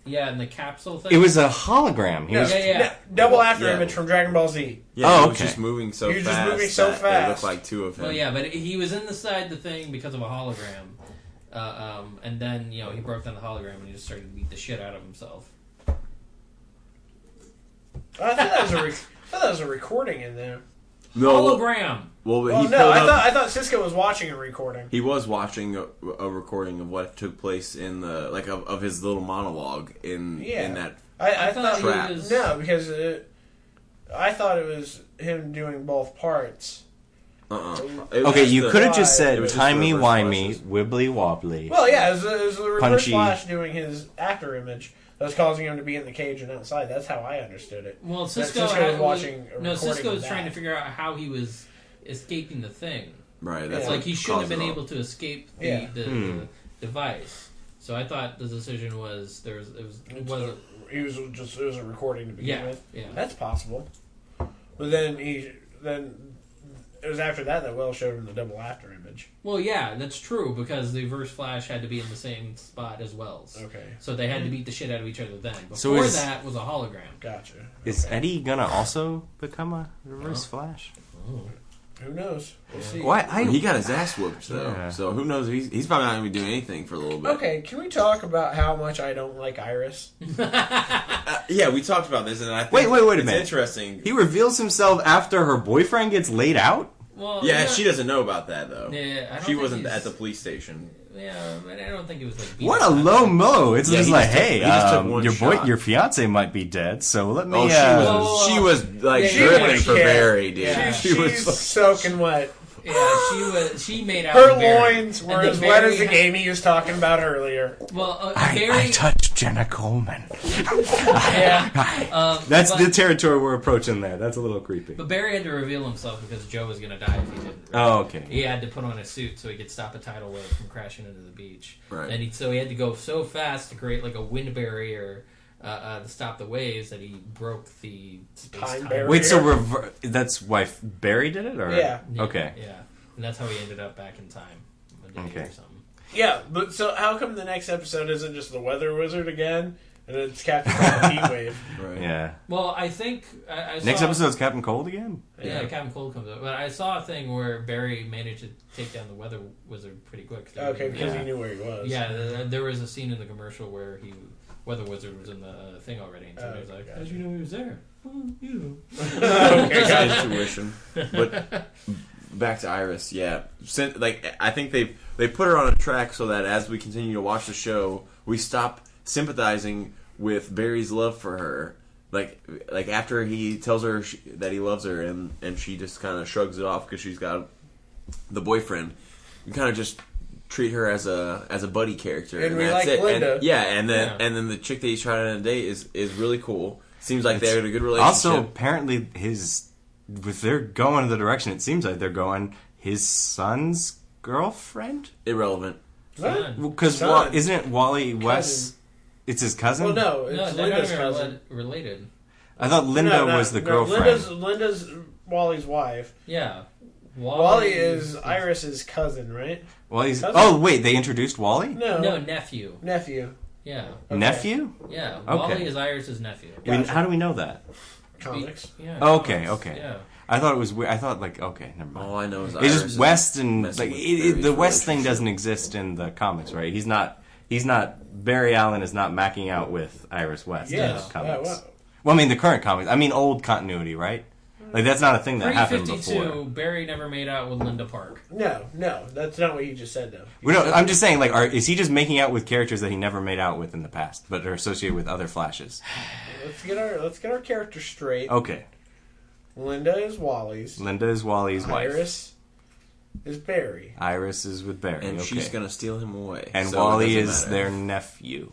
Yeah, in the capsule thing. it was a hologram. He No, was Yeah, yeah. no, double after Yeah. image from Dragon Ball Z. Yeah, Oh, he was okay. just moving so He was just fast. moving so that They fast. looked like two of him. Well, yeah, but he was inside the thing because of a hologram, uh, um, and then you know he broke down the hologram and he just started to beat the shit out of himself. I thought that was a, re- I thought that was a recording in there. No, well, hologram. well, Well, he Oh, no, pulled I up- thought I thought Cisco was watching a recording. he was watching a, a recording of what took place in the like of, of his little monologue in Yeah. in that. I, I I thought thought he Trap. was- no, because it, I thought it was him doing both parts. Uh uh okay. You could have just it said was just timey reverse wimey, flashes. wibbly wobbly. Well, yeah, it was, it was the reverse Punchy. flash doing his after image that was causing him to be in the cage and outside. That's how I understood it. Well, That Cisco, Sisko had- was watching a no, recording Cisco of was that. trying to figure out how he was escaping the thing. Right. That's Yeah. It's what like he shouldn't have caused it been all. able to escape the, Yeah. the, Hmm. the device. So I thought the decision was there was it was it wasn't He was just it was a recording to begin yeah with. yeah That's possible. But then he then it was after that that Wells showed him the double after image. well yeah that's true because the verse flash had to be in the same spot as Wells. Okay, So they had to beat the shit out of each other then. Before So is- that was a hologram. gotcha. Is Eddie gonna also become a Reverse Flash? Oh. Who knows? We'll see. Oh. Why? I he got his ass whooped though, Yeah. so who knows? He's, he's probably not gonna be doing anything for a little bit. Okay, can we talk about how much I don't like Iris? Uh, yeah, we talked about this, and I think Wait, wait, wait a it's minute. Interesting. he reveals himself after her boyfriend gets laid out. Well, yeah, I'm not- she doesn't know about that though. Yeah, I don't she think wasn't he's- at the police station. Yeah, but I don't think it was like. beat What a up. low mo! It's Yeah, just he like, just took- hey, he just took um, one your boy, shot. your fiance might be dead, so let me. Oh, uh, Whoa. she was she was like Yeah, she dripping was for shit. Barry, dude. Yeah. She She's was like, soaking wet. Yeah, she was. She made out. Her with Barry. loins And were then as wet Barry as the had- game he was talking about earlier. Well, uh, I, Barry. I touched Jenna Coleman. *laughs* yeah. Um, That's but, the territory we're approaching there. That's a little creepy. But Barry had to reveal himself because Joe was gonna die if he didn't. Oh, okay. He had to put on a suit so he could stop a tidal wave from crashing into the beach. Right. And he, so he had to go so fast to create like a wind barrier uh, uh, to stop the waves that he broke the space Time time barrier. Wait, so rever- that's why F- Barry did it, or Yeah. Yeah, okay, Yeah, and that's how he ended up back in time. a day Okay. Or something. Yeah, but so how come the next episode isn't just the weather wizard again, and it's Captain Cold and *laughs* Heat Wave? right. yeah. Well, I think I, I saw, Next episode's Captain Cold again. Yeah, Yeah. Captain Cold comes up, but I saw a thing where Barry managed to take down the weather wizard pretty quick. Okay, because Yeah. he knew where he was. Yeah, th- th- there was a scene in the commercial where he weather wizard was in the uh, thing already, and somebody Oh, was like, gotcha. "How'd you know he was there?" Well, you know. *laughs* okay, It's gotcha. intuition. But back to Iris, yeah. Sin like I think they they put her on a track so that as we continue to watch the show, we stop sympathizing with Barry's love for her. Like like after he tells her she, that he loves her and and she just kind of shrugs it off because she's got the boyfriend. You kind of just treat her as a as a buddy character, And we like And- Linda. yeah, and then Yeah. and then the chick that he's trying to date is is really cool. Seems like they're in a good relationship. Also, apparently, his if they're going the direction it seems like they're going, his son's girlfriend. irrelevant. What? Because Son. Wa- isn't it Wally West? It's his cousin. Well, no, it's No, they're not Linda's even cousin. rela- related. I thought Linda No, no, was the no, girlfriend. Linda's, Linda's Wally's wife. Yeah. Wally, Wally is Iris's cousin, right? Wally's. Cousin? Oh wait, they introduced Wally No, No, nephew. nephew. Yeah. Okay. nephew. Yeah. Okay. Wally is Iris's nephew. I mean, Gotcha. how do we know that? Comics. Yeah. Okay, it's- okay. Yeah. I thought it was. we- I thought like okay, never mind. All I know is It's Iris just is- West and messing like it, with it, Barry's the West thing relationship. doesn't exist in the comics, right? He's not. He's not. Barry Allen is not macking out with Iris West in the Yes. Oh, Yeah, comics. well, Well, I mean the current comics. I mean old continuity, right? Like that's not a thing that happened before. 352, Barry never made out with Linda Park. no, no, that's not what you just said, though. We don't, I'm just saying, like, are, is he just making out with characters that he never made out with in the past, but are associated with other flashes? Let's get our let's get our characters straight. Okay, Linda is Wally's. Linda is Wally's wife. Iris is Barry. Iris is with Barry. and okay. she's gonna steal him away. and so it Wally doesn't is matter. their nephew.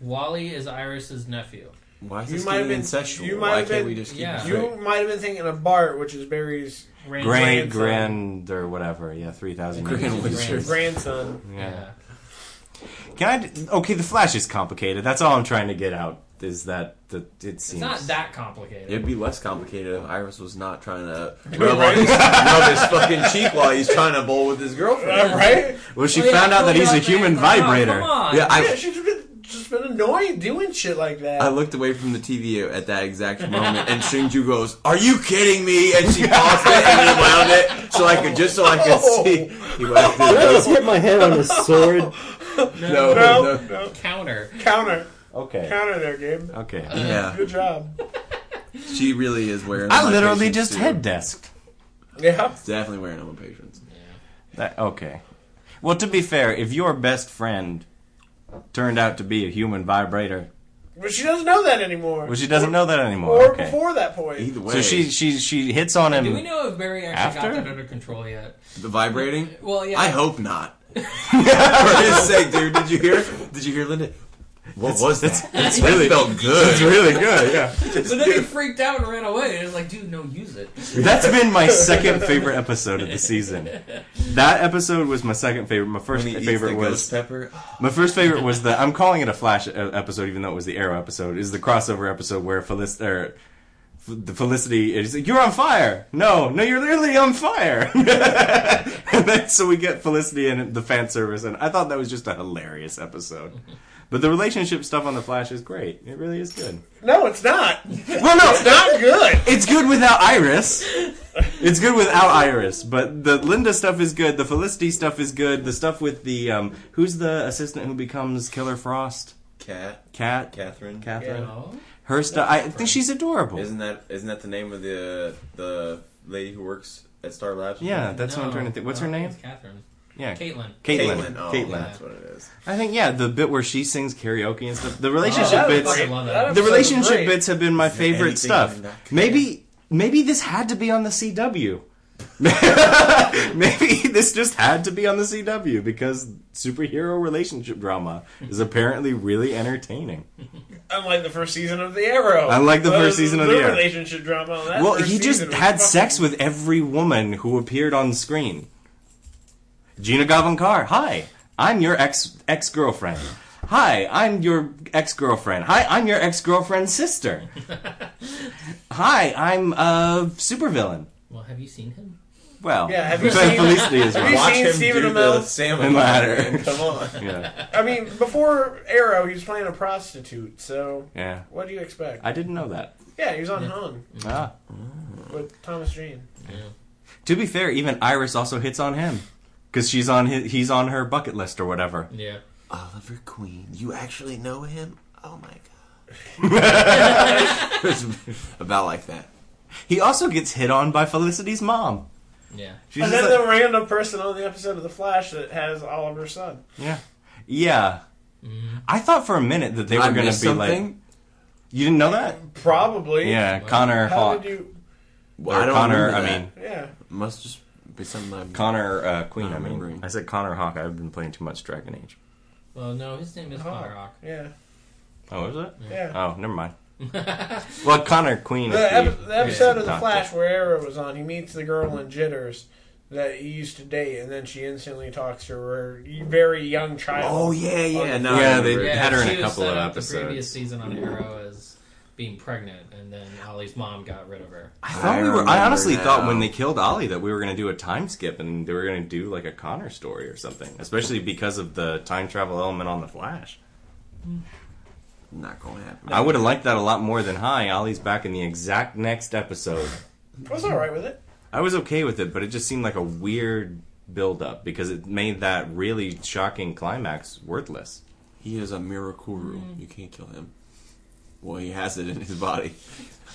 Wally is Iris's nephew. Why is You this might have getting been- incestual? you might Why have can't been- we just keep yeah. it You straight? might have been thinking of Bart, which is Barry's Rand- Grand, Grandson. grand, or whatever. Yeah, three thousand. Grand years. Wizard. *laughs* grandson. Yeah. Yeah. Can I? d- Okay, the Flash is complicated. That's all I'm trying to get out. Is that the it It's seems not that complicated. It'd be less complicated if Iris was not trying *laughs* to Right. rub, on his, *laughs* rub his fucking cheek while he's trying to bowl with his girlfriend. Uh, right? Well, she Well, Oh, yeah, found out that Phil he's a Bell's human like, "Oh, vibrator. come on." Yeah, yeah, I. she's been just been annoying doing shit like that. I looked away from the TV at that exact moment, and Shinju goes, "Are you kidding me?" And *laughs* she paused it and then wound it so I could just so I could see. He *laughs* wiped it up. hit my *laughs* head on a sword. No, no, no. no. Counter. Counter. Okay. Counter there, Gabe. Okay. Yeah, Good job. she really is wearing. *clears throat* I my literally patience, just too. head desked. Yeah. Definitely wearing on my patience. That, okay. Well, to be fair, if your best friend turned out to be a human vibrator, But she doesn't know that anymore. well, she doesn't know that or anymore. Okay. before that point. Either way, So she she she hits on Do we him. know if Barry actually After? got that under control yet? the vibrating. Well, yeah. I hope *laughs* not. For his sake, dude. Did you hear? Did you hear, Linda? What was that? that's That really- felt It's good. really good. Yeah. *laughs* But then he freaked out and ran away. It was like, dude, no, use it. That's been my second favorite episode of the season. That episode was my second favorite. My first He eats favorite the was ghost pepper. my first favorite was the I'm calling it a Flash uh, episode, even though it was the Arrow episode. Is the crossover episode where Felicity, or F- the Felicity is like, "You're on fire!" No, no, you're literally on fire. *laughs* and then, so we get Felicity and the fan service, and I thought that was just a hilarious episode. But the relationship stuff on the Flash is great. It really is good. no, it's *laughs* not. Well, no, it's Not good. it's good without Iris. It's good without Iris, but the Linda stuff is good. The Felicity stuff is good. The stuff with the um, who's the assistant who becomes Killer Frost? Cat. Cat. Catherine. Catherine. No. Her stuff. I think she's adorable. Isn't that isn't that the name of the the lady who works at Star Labs? yeah, that's what I'm No, trying to think. What's no, her name? It's Catherine. Yeah, Caitlin. Caitlin. Caitlin. Oh, Caitlin. that's what it is. I think yeah. The bit where she sings karaoke and stuff. The Oh, relationship that was bits. great. I love That that. The episode was relationship great. bits have been my favorite anything stuff. in that career? Maybe maybe this had to be on the CW. *laughs* maybe this just had to be on the CW because superhero relationship drama is apparently really entertaining. Unlike the first season of The Arrow. Unlike the That first was season of The Arrow. relationship drama. on that well, first he just season was had fucking- sex with every woman who appeared on screen. Gina Gavankar, hi. I'm your ex ex girlfriend. Hi, I'm your ex girlfriend. Hi, I'm your ex *laughs* girlfriend's sister. hi, I'm a supervillain. Well, have you seen him? Well, Yeah, have you seen- Felicity is have one. you Watch seen him Stephen do Amell? the salmon And ladder. man. *laughs* Come on. Yeah, I mean, before Arrow, he was playing a prostitute, so yeah. what do you expect? I didn't know that. yeah, he was on Hung Ah. with Thomas Jane. To be fair, even Iris also hits on him because she's on his, he's on her bucket list or whatever. Yeah. Oliver Queen. You actually know him? Oh my *laughs* god. *laughs* It's about like that. He also gets hit on by Felicity's mom. Yeah. She's just Another like- random person on the episode of The Flash that has Oliver's son. yeah, yeah. I thought for a minute that they Mm-hmm. I were going to be missed like. You didn't know that? Probably. Yeah, Connor How Hawk. did you? Well, I or don't Connor, remember I that. mean, Yeah. must just be something I've Connor uh, Queen. Not I mean, remembering. I said Connor Hawk. I've been playing too much Dragon Age. Well, no, his name is Connor Hawk. Yeah, Oh, was it? yeah. Oh, never mind. Well, Connor Uh, Queen. The, is epi- the episode of The doctor. Flash where Arrow was on, he meets the girl in Jitters that he used to date, and then she instantly talks to her very young child. Oh yeah, yeah. No, I Yeah, remember. they- had her in she a was couple set of up The episodes. previous season on Arrow as being pregnant, and then Holly's mom got rid of her. I thought I we were. I remember honestly now. thought when they killed Ollie that we were going to do a time skip and they were going to do like a Connor story or something, especially because of the time travel element on the Flash. not gonna happen. I would have liked that a lot more than hi. Ollie's back in the exact next episode. I was all right with it. I was okay with it, but it just seemed like a weird build up because it made that really shocking climax worthless. He is a Mirakuru. You can't kill him. Well, he has it in his body. *laughs*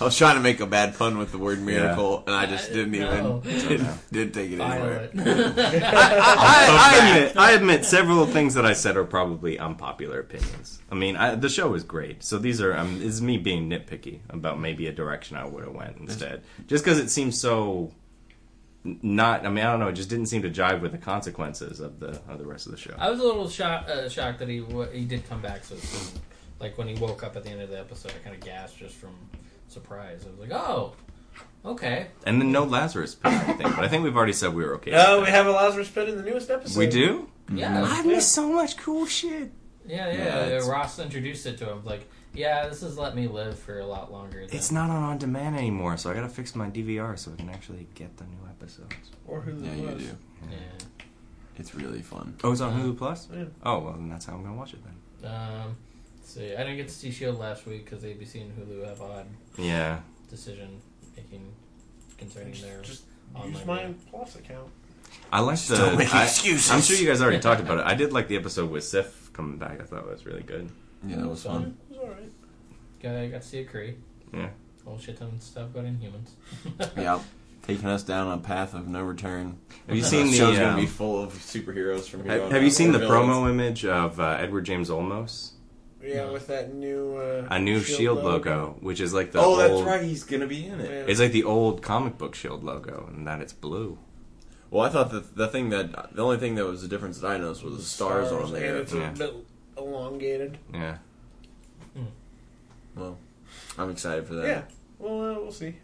I was trying to make a bad pun with the word miracle, and I just I didn't know. even *laughs* didn't, didn't take it anywhere. Violet. I, I admit, I admit several things that I said are probably unpopular opinions. I mean, I, the show is great, so these are um, this is me being nitpicky about maybe a direction I would have went instead, just because it seems so n- not. I mean, I don't know. It just didn't seem to jive with the consequences of the of the rest of the show. *laughs* I was a little shocked, uh, shocked that he wa he did come back so soon. Like when he woke up at the end of the episode, I kind of gasped just from surprise. I was like, "Oh, okay." And then no Lazarus pit, I think. But I think we've already said we were okay. with No, that. Uh, we have a Lazarus Pit in the newest episode. we do. Yeah, missed so much cool shit. yeah, Yeah, yeah. it's- Ross introduced it to him. Like, yeah, this has let me live for a lot longer. Than It's not on on demand anymore, so I gotta fix my DVR so I can actually get the new episodes. Or who Yeah, it you was. do. Yeah. It's really fun. Oh, it's on Hulu Plus. Yeah. Oh well, then that's how I'm gonna watch it then. Um, let's see, I didn't get to see Shield last week because ABC and Hulu have odd Yeah. decision making concerning their. Just Online use my game. Plus account. I liked the. Don't make I, excuses. I'm sure you guys already talked about it. I did like the episode with Sif coming back. I thought it was really good. Yeah, that was fun. It was all right. Got, I got to see a Cree. Yeah. Whole shit ton of stuff about Inhumans. *laughs* Yeah, taking us down a path of no return. Have you The seen show's the? gonna be Um, full of superheroes from here have on have out, you seen or the villains. promo image of uh, Edward James Olmos? Yeah, with that new uh, A new Shield, logo, which is like the Oh, that's old. right. He's gonna be in it. Yeah. It's like the old comic book Shield logo, and that it's blue. Well, I thought that the thing that the only thing that was the difference that I noticed was the stars, on and there. it's Yeah. a bit elongated. Yeah. Well, I'm excited for that. Yeah. Well, uh, we'll see.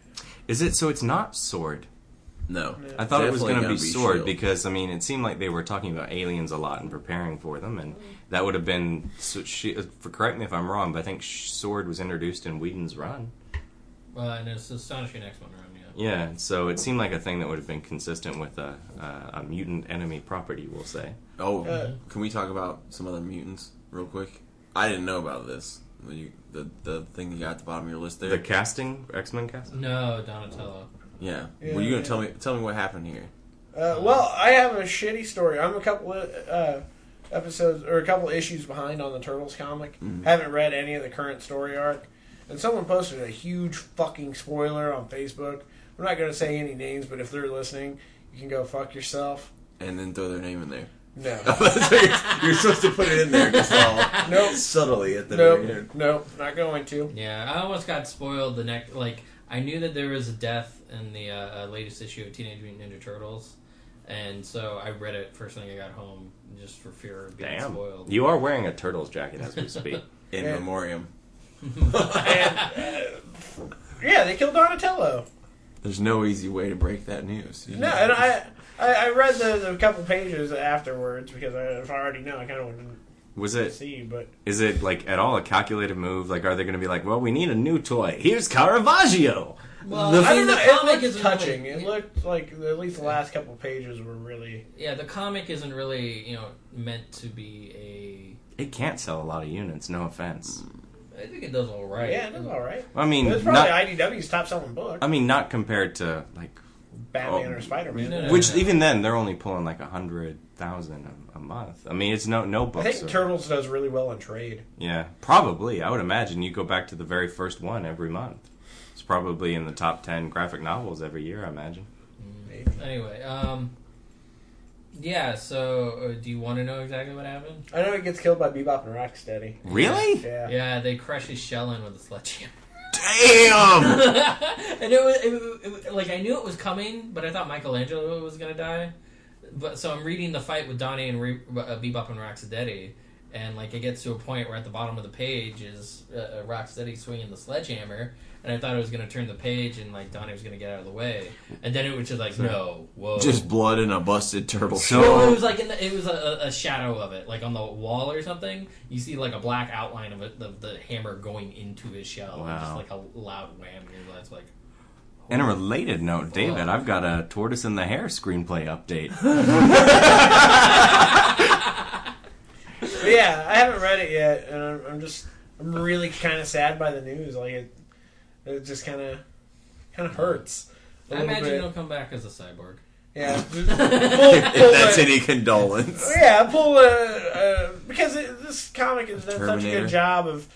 Is it so? It's not sword. No, Yeah. I thought it Definitely was going to gonna be, be sword Shield. because I mean it seemed like they were talking about aliens a lot and preparing for them, and that would have been. So she, for, correct me if I'm wrong, but I think Sh- sword was introduced in Whedon's run. Well, Uh, and it's astonishing next one around, yeah. Yeah, so it seemed like a thing that would have been consistent with a, a, a mutant enemy property, we'll say. Oh, Uh, can we talk about some other mutants real quick? I didn't know about this. When You, the the thing you got at the bottom of your list there. The casting, X Men casting. No, Donatello. yeah. Yeah, Were you gonna yeah. tell me tell me what happened here? Uh, well, I have a shitty story. I'm a couple of uh, episodes or a couple of issues behind on the Turtles comic. Mm-hmm. Haven't read any of the current story arc, and someone posted a huge fucking spoiler on Facebook. I'm not going to say any names, but if they're listening, you can go fuck yourself. And then throw their name in there. *laughs* No, you're, you're supposed to put it in there just all Nope. *laughs* subtly at the very no, end. no, not going to. Yeah, I almost got spoiled the next. Like, I knew that there was a death in the uh, uh, latest issue of Teenage Mutant Ninja Turtles, and so I read it first thing I got home just for fear of being Damn, spoiled. you are wearing a turtle's jacket as we speak. *laughs* In Yeah. memoriam. And uh, yeah, they killed Donatello. There's no easy way to break that news. You No, know? and I. I I read the, the couple pages afterwards because I, if I already know, I kind of wanted Was to it? see. But Is it like at all a calculated move? Like, are they going to be like, well, we need a new toy? Here's Caravaggio. Well, The I don't know. the It looked isn't touching. really- It looked like at least the last couple pages were really. yeah, the comic isn't really you know meant to be It can't sell a lot of units. No offense. a. I think it does all right. Yeah, it was all right. I mean, It was probably not. Oh. IDW's top selling book, I mean, not compared to like, Batman oh. or Spider Man. No, no, which even then they're only pulling like a hundred thousand a, a month. I mean, it's no no I books. think uh, are- Turtles does really well in trade. yeah, probably. I would imagine you go back to the very first one every month. It's probably in the top ten graphic novels every year. I imagine. Maybe. Anyway, um, yeah. So, uh, do you want to know exactly what happened? I *laughs* know he gets killed by Bebop and Rocksteady. Really? Yeah. Yeah, they crush his shell in with a sledgehammer. Damn! *laughs* and it was, it, wa- it, wa- like I knew it was coming, but I thought Michelangelo was gonna die. But so I'm reading the fight with Donnie and Re- uh, Bebop and Rocksteady, and like it gets to a point where at the bottom of the page is uh, uh, Rocksteady swinging the sledgehammer, and I thought it was gonna turn the page and like Donnie was gonna get out of the way, and then it was just like no, whoa, Just blood and a busted turtle. So- well, it was like in the, it was a, a shadow of it, like on the wall or something. You see like a black outline of it, of the hammer going into his shell, and just Wow. like a loud wham. And that's like In a related note, David, I've got a tortoise in the hair screenplay update. *laughs* But yeah, I haven't read it yet, and I'm, I'm just I'm really kind of sad by the news. Like it, it just kind of kind of hurts. a I little imagine bit. he'll come back as a cyborg. Yeah, *laughs* if that's any condolence. Yeah, pull a, uh, because it, this comic has done such a Terminator. good job of,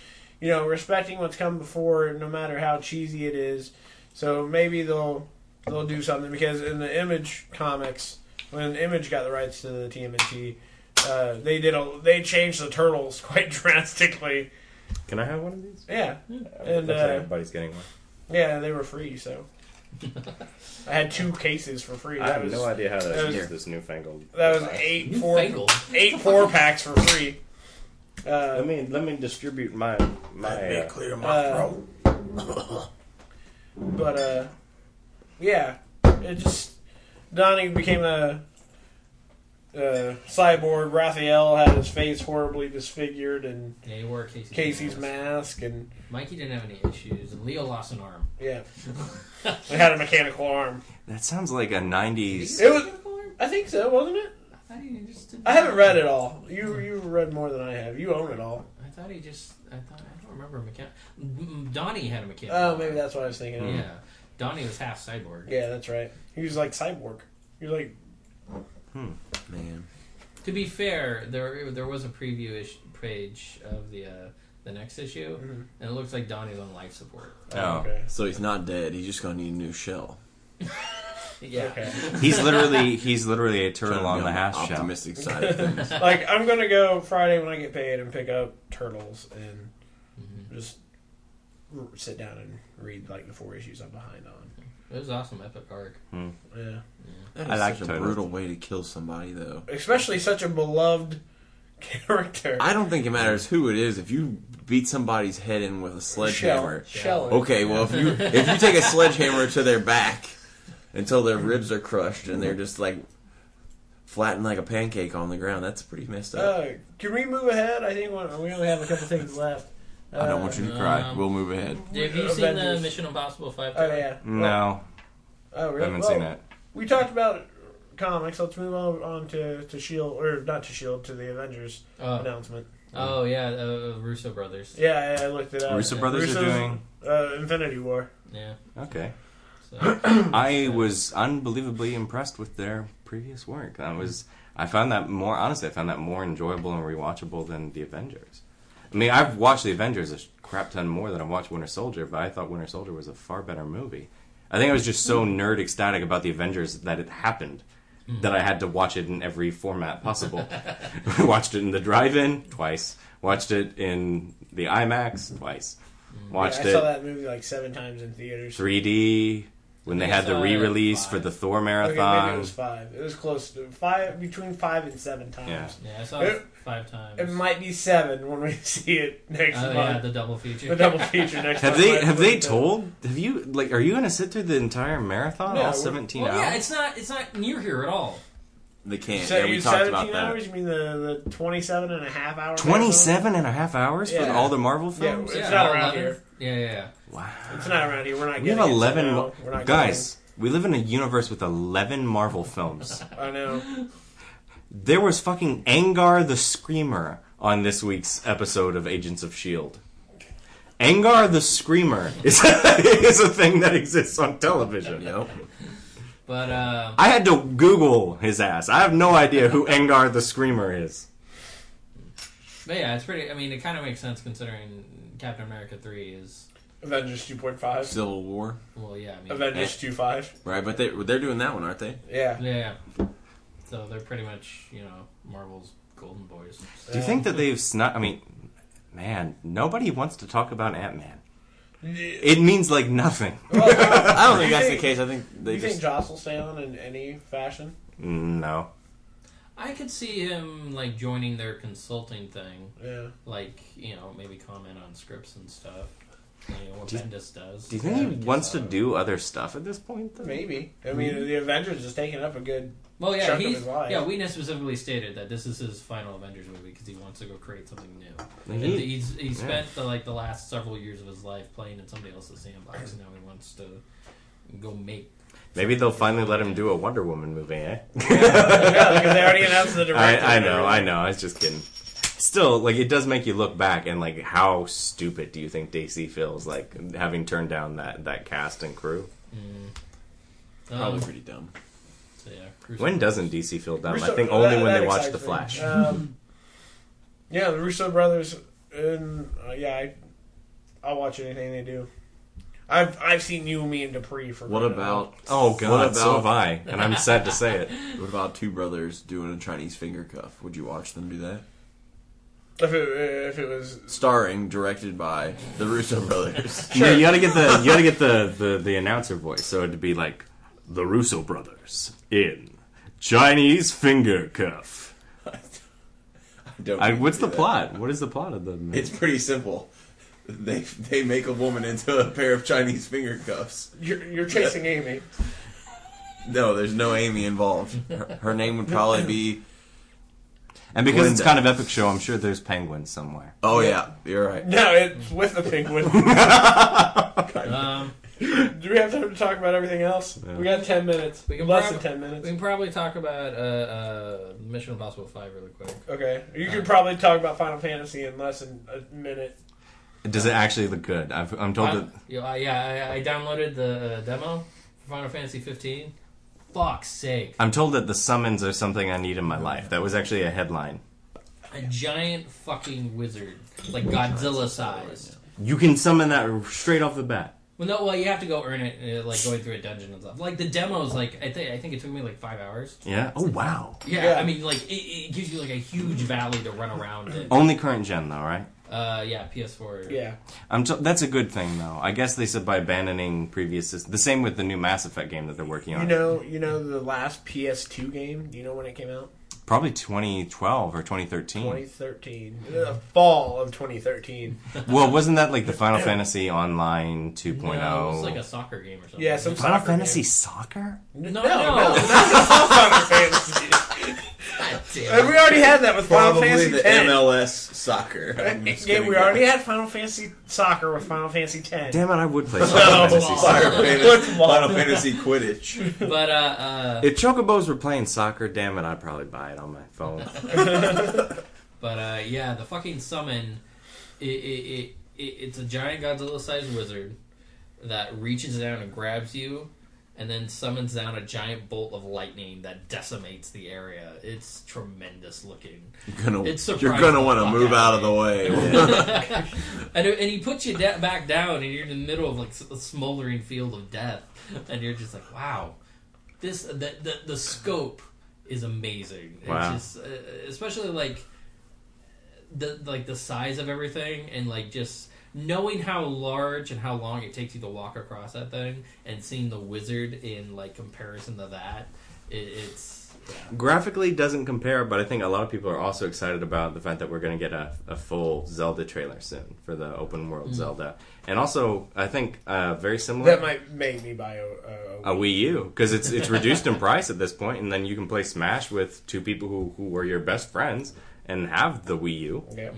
you know, respecting what's come before, no matter how cheesy it is. So maybe they'll they'll do something because in the Image comics, when Image got the rights to the TMNT, uh, they did a they changed the turtles *laughs* quite drastically. Can I have one of these? Yeah, And, Looks uh, like everybody's getting one. yeah, they were free. So I had two cases for free. I That have was no idea how that to was- use this newfangled. that was device. eight You four fangled. eight four packs for free. Uh, Let me let me distribute my my. Uh, clear my throat. But uh, yeah, it just Donnie became a, uh cyborg. Raphael had his face horribly disfigured, and Yeah, he wore Casey's, Casey's mask, mask. and Mikey didn't have any issues, and Leo lost an arm. yeah, it had a mechanical arm. that sounds like a '90s. It was- I think so, wasn't it? I thought he just. did- I haven't read it all. You you read more than I have. You own it all. I thought he just. I thought I don't remember mechanic. Donnie had a mechanic. Oh, maybe that's what I was thinking. of. Yeah, Donnie was half cyborg. yeah, that's right. He was like cyborg. He was like Man. To be fair, there there was a preview ish page of the uh, the next issue, Mm-hmm. and it looks like Donnie's on life support. Oh, okay. So he's not dead. He's just gonna need a new shell. Yeah, Okay. he's literally he's literally a turtle on the half shell. optimistic *laughs* side of *laughs* things. like I'm gonna go Friday when I get paid and pick up turtles and just r- sit down and read like the four issues I'm behind on. it was awesome epic arc. Yeah, That I is like such a turtles. brutal way to kill somebody, though. especially such a beloved *laughs* character. I don't think it matters who it is. If you beat somebody's head in with a Shell, sledgehammer, shell. okay. Well, if *laughs* you if you take a sledgehammer to their back until their ribs are crushed and they're just like flattened like a pancake on the ground, that's pretty messed up. Uh, can we move ahead? I think one- we only have a couple things left. Uh, I don't want you to cry. um, we'll move ahead. Have you seen the Avengers. Mission Impossible Five? Oh yeah. No, Oh I really? haven't Well, seen it. We talked about comics. Let's move on, on to to Shield E or not to Shield to the Avengers Oh, announcement. oh yeah, uh, Russo brothers. Yeah, I, I looked it up. Russo brothers are Russo's- doing uh, Infinity War. Yeah. okay. *laughs* So I was unbelievably impressed with their previous work. I was I found that more honestly, I found that more enjoyable and rewatchable than the Avengers. I mean, I've watched the Avengers a crap ton more than I've watched Winter Soldier, but I thought Winter Soldier was a far better movie. I think I was just so nerd ecstatic about the Avengers that it happened that I had to watch it in every format possible. *laughs* watched it in the drive-in twice. Watched it in the IMAX twice. Watched yeah, I it saw that movie like seven times in theaters. 3D when they I think I had the saw it at re-release five. for the Thor uh, Okay, marathon. maybe it was five. It was close to five, between five and seven times. yeah, I saw it five times. It might be seven when we *laughs* see it next Oh yeah, month. the double feature. the double feature next. have month, they right? have they But- told have you like are you going to sit through the entire marathon No, all we're- *laughs* 17 well, hours? yeah, it's not it's not near here at all. They can't. So yeah, we you talked 17 about that. hours? You mean the, the 27 and a half hour? 27 and a half hours for Yeah. all the Marvel Yeah, films? It's yeah, not all around 11. here. Yeah, yeah, yeah. Wow. marathon? It's not around here. We're not. We have getting it, so 11 no, mo- we're not guys. We live in a universe with 11 Marvel films. getting it. I know. there was fucking Angar the Screamer on this week's episode of Agents of Shield. Angar the Screamer is, *laughs* is a thing that exists on television. Yep. But uh, I had to Google his ass. I have no idea *laughs* who Engar the Screamer is. but yeah, it's pretty. I mean, it kind of makes sense considering Captain America three is Avengers 2.5. Civil War, well, yeah. I mean, Avengers 2.5. right? But they they're doing that one, aren't *laughs* they? *laughs* Yeah. Yeah. So they're pretty much, you know, Marvel's golden boys. Do you think that they've snuck? I mean, man, nobody wants to talk about Ant Man. It means like nothing. I don't think You that's the think- case. I think Do they you just think Joss will stay on in any fashion? No. I could see him like joining their consulting thing, Yeah. like you know maybe comment on scripts and stuff. You know, what Do you- Bendis does. Do you think Yeah, he gets wants to out. do other stuff at this point? Though? Maybe. I mean, Hmm? the Avengers is taking up a *laughs* good. Well, yeah, chunk of he's, his life. yeah. Whedon specifically stated that this is his final Avengers movie because he wants to go create something new. Like, And he- he's he spent the, like the last several years of his life playing in somebody else's sandbox, and now he wants to go make. maybe they'll finally let him do a Wonder Woman movie. *laughs* Eh? yeah, because they already announced the director. I, I know, I know. I was just kidding. Still, like it does make you look back and like how stupid do you think DC feels like having turned down that that cast and crew? Um, probably pretty dumb. so, yeah, Crucible. When doesn't DC feel dumb? Russo- I think only that- when that they watch The excites me. Flash. Um, yeah, the Russo brothers, and uh, yeah, I, I'll watch anything they do. I've I've seen you, me, and Dupree for. What crying about Oh what god, so have I, and I'm sad to say *laughs* it. What about two brothers doing a Chinese finger cuff? Would you watch them do that? out loud. if it if it was Starring, directed by the Russo *laughs* *laughs* brothers. Yeah, you gotta get the you gotta get *laughs* the, the the announcer voice, so it'd be like the Russo brothers in Chinese finger cuff. Don't I, think what's they the do that. plot? What is the plot of the? Movie? It's pretty simple. They they make a woman into a pair of Chinese finger cuffs. you're, you're chasing Amy, No, there's no Amy involved. Her, her name would probably be. and because it's Glinda. kind of epic show, I'm sure there's penguins somewhere. Oh yeah, you're right. no, it's with the *laughs* penguin. Um, do we have time to talk about everything else? We got ten minutes. We can less prob- than ten we minutes. can probably talk about uh, uh, Mission Impossible Five really quick. Okay, you could probably talk about Final Fantasy in less than a minute. Does it actually look good? I've, I'm Uh. told that. I, yeah, I, yeah, I, I downloaded the uh, demo for Final Fantasy 15. Fuck's sake! I'm told that the summons are something I need in my life. That was actually a headline. A giant fucking wizard, like Godzilla sized. You can summon that straight off the bat. Well, no, well, you have to go earn it, uh, like going through a dungeon and stuff. Like the demos, like I think I think it took me like five hours. Yeah. Oh wow. Yeah, Yeah. I mean, like it, it gives you like a huge valley to run around in. Only current gen though, right? Uh, yeah, PS4. Yeah, I'm t- that's a good thing though. I guess they said by abandoning previous systems. The same with the new Mass Effect game that they're working on. you know, you know the last PS2 game. Do you know when it came out? Probably 2012 or 2013. 2013, the fall of 2013. Well, wasn't that like the Final Fantasy Online 2.0? No, it was like a soccer game or something. Yeah, some Final soccer Fantasy game. Soccer? No, *laughs* no, No, no, not Final Fantasy. *laughs* God damn And it. we already had that with Final Probably Fantasy the 10. MLS soccer. I'm just *laughs* game gonna we go. already had Final Fantasy soccer with Final Fantasy 10. *laughs* Damn it, I would play *laughs* Oh, Final Fantasy Soccer. Final Fantasy, Final Fantasy Quidditch. But uh, uh, If Chocobos were playing soccer, damn it, I'd probably buy it on my *laughs* phone. But uh, yeah, the fucking summon, it, it, it, it, it's a giant Godzilla-sized wizard that reaches down and grabs you, and then summons down a giant bolt of lightning that decimates the area. It's tremendous looking, You're gonna, It's you're gonna want to surprising. move out of the way. *laughs* and it- and he puts you da- back down, and you're in the middle of like s- a smoldering field of death, and you're just like, wow, this the the, the scope is amazing. It's Wow. just, uh, especially like the like the size of everything and like just knowing how large and how long it takes you to walk across that thing and seeing the wizard in like comparison to that *laughs* it, it's graphically doesn't compare, but I think a lot of people are also excited about the fact that we're going to get a, a full Zelda trailer soon for the open Mm. world Zelda, and also I think uh, very similar That might make me buy a. a, a Wii U because it's it's reduced in price at this point, and then you can play Smash with two people who who were your best friends and have the Wii U. yeah.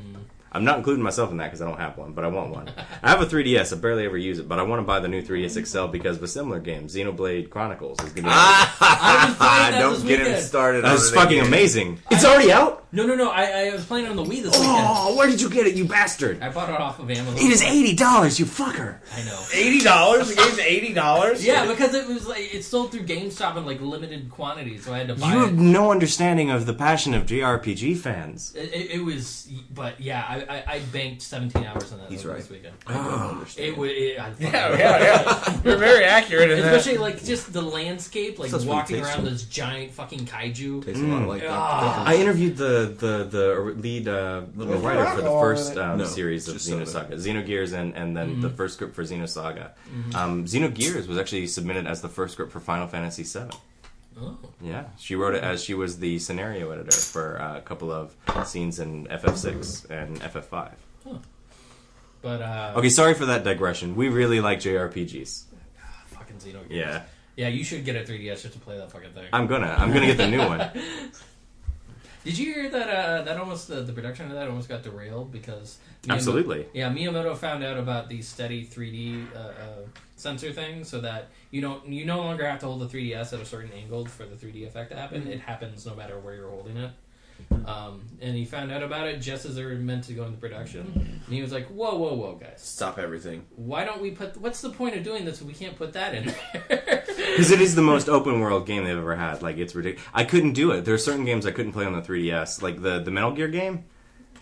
I'm not including myself in that because I don't have one, but I want one. I have a 3DS. I barely ever use it, but I want to buy the new 3DS XL because of a similar game, Xenoblade Chronicles, is going to be. *laughs* I was playing Ah! that Ah, this Don't get him weekend. started. on That's it fucking again. amazing. It's already out. no no no I, I was playing on the wii this weekend Oh, where did you get it, you bastard? i bought it off of amazon It is eighty dollars, you fucker. i know Eighty dollars. The game's eighty dollars. Yeah, because it was like it's sold through GameStop in like limited quantities, so I had to buy You have it. no understanding of the passion of JRPG fans. It, it. It was, but yeah, I, I, I banked 17 hours on that He's over right. this weekend. I don't understand. It was, it, I fucking- yeah, yeah, yeah. You're very accurate in that. especially like just the landscape, like Sounds pretty walking around tasty. this giant fucking kaiju. Tastes a lot like Ah. that. I interviewed the the the the lead uh, Little writer for the Rock first on it. um, No, series of just Soda. Xenosaga, Xenogears, and and then the first script for Xenosaga. Um, Xenogears was actually submitted as the first script for Final Fantasy VII. Oh. Yeah, she wrote it as she was the scenario editor for uh, a couple of scenes in FF6 and FF5. But uh, Okay, sorry for that digression. We really like JRPGs. fucking Xenogears. Yeah, Yeah, you should get a 3DS just to play that fucking thing. I'm gonna I'm gonna get the new one. Did you hear that? Uh, that almost the, the production of that almost got derailed because Miyamoto- Absolutely. yeah, Miyamoto found out about the steady 3D uh, uh, sensor thing, so that you don't you no longer have to hold the 3DS at a certain angle for the 3D effect to happen. It happens no matter where you're holding it. Um, and he found out about it just as they were meant to go into production, and he was like, "Whoa, whoa, whoa, guys! Stop everything. Why don't we put? What's the point of doing this if we can't put that in there?" Because it is the most open world game they've ever had. Like it's ridiculous. I couldn't do it. There are certain games I couldn't play on the 3DS, like the the Metal Gear game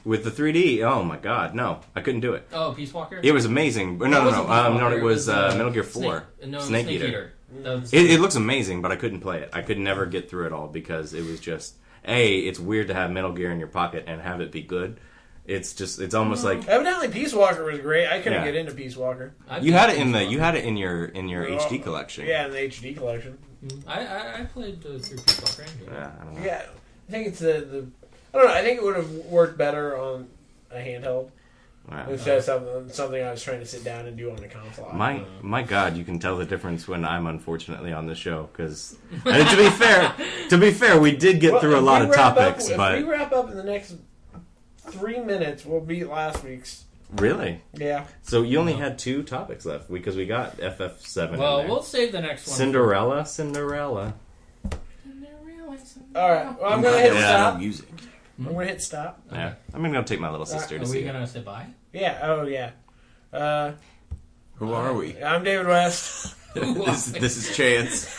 with the 3D. Oh my god, no, I couldn't do it. oh, Peace Walker. It was amazing. But no, no, no, um, no. It was uh, Metal Gear Four, Snake, no, Snake Eater. That was- It, it looks amazing, but I couldn't play it. I could never get through it all because it was just a. It's weird to have Metal Gear in your pocket and have it be good. It's just. It's almost like Evidently, Peace Walker was great. I couldn't Yeah. get into Peace Walker. I've you played had it in Peace the. Walker. You had it in your in your Oh, HD collection. Yeah, in the HD collection. I, I, I played uh, through Peace Walker. and Halo. Yeah, I don't know. Yeah, I think it's the, the I don't know. I think it would have worked better on a handheld Wow. instead of something, something I was trying to sit down and do on a console. My my God, you can tell the difference when I'm unfortunately on the show because. And to be fair, to be fair, we did get Well, through a if lot we of wrap up- topics, if but we wrap up in the next three minutes, we'll beat last week's. really, Yeah, so you only had two topics left because we got FF seven. Well, we'll save the next one. Cinderella, Cinderella. Cinderella, Cinderella. all right. Well, I'm gonna hit Yeah. stop. music. I'm gonna hit stop. Yeah, I'm gonna go take my little sister Uh, Are to we see. it. gonna say bye? Yeah. Oh yeah. Uh, Who are we? I'm David West. *laughs* *laughs* this, this is Chance.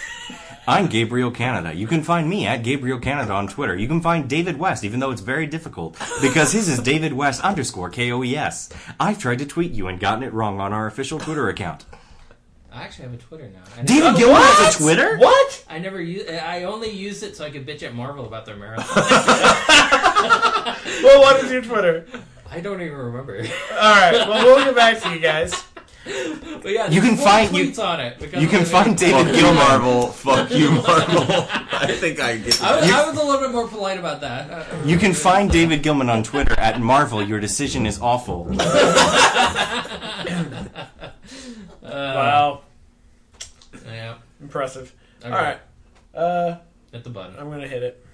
I'm Gabriel Canada. You can find me at Gabriel Canada on Twitter. You can find David West, even though it's very difficult because his is David West underscore K O E S. I've tried to tweet you and gotten it wrong on our official Twitter account. I actually have a Twitter now. I never, David Gilmour has a Twitter. What? I never use. I only used it so I could bitch at Marvel about their marathon. *laughs* Well, what is your Twitter? I don't even remember. *laughs* All right. Well, we'll get back to you guys. But yeah, You there's can more find- you- tweets on it. Because You can I- find David Fuck you, Gilmore. Marvel. Fuck you, Marvel. *laughs* I think I get *laughs* I it. was, I was a little bit more polite about that. Uh, You can find David Gilman on Twitter at Marvel. Your decision is awful. Uh. Wow, yeah. impressive. All All right. Uh, At the button. I'm gonna hit it.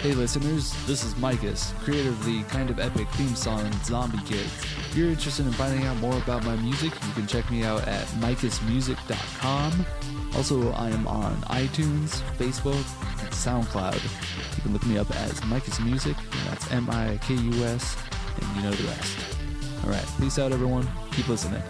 Hey listeners, this is Micus, creator of the kind of epic theme song Zombie Kids. If you're interested in finding out more about my music, you can check me out at micusmusic.com. Also, I am on iTunes, Facebook, and SoundCloud. You can look me up as Micus Music, and that's M I K U S, and you know the rest. Alright, peace out everyone. Keep listening.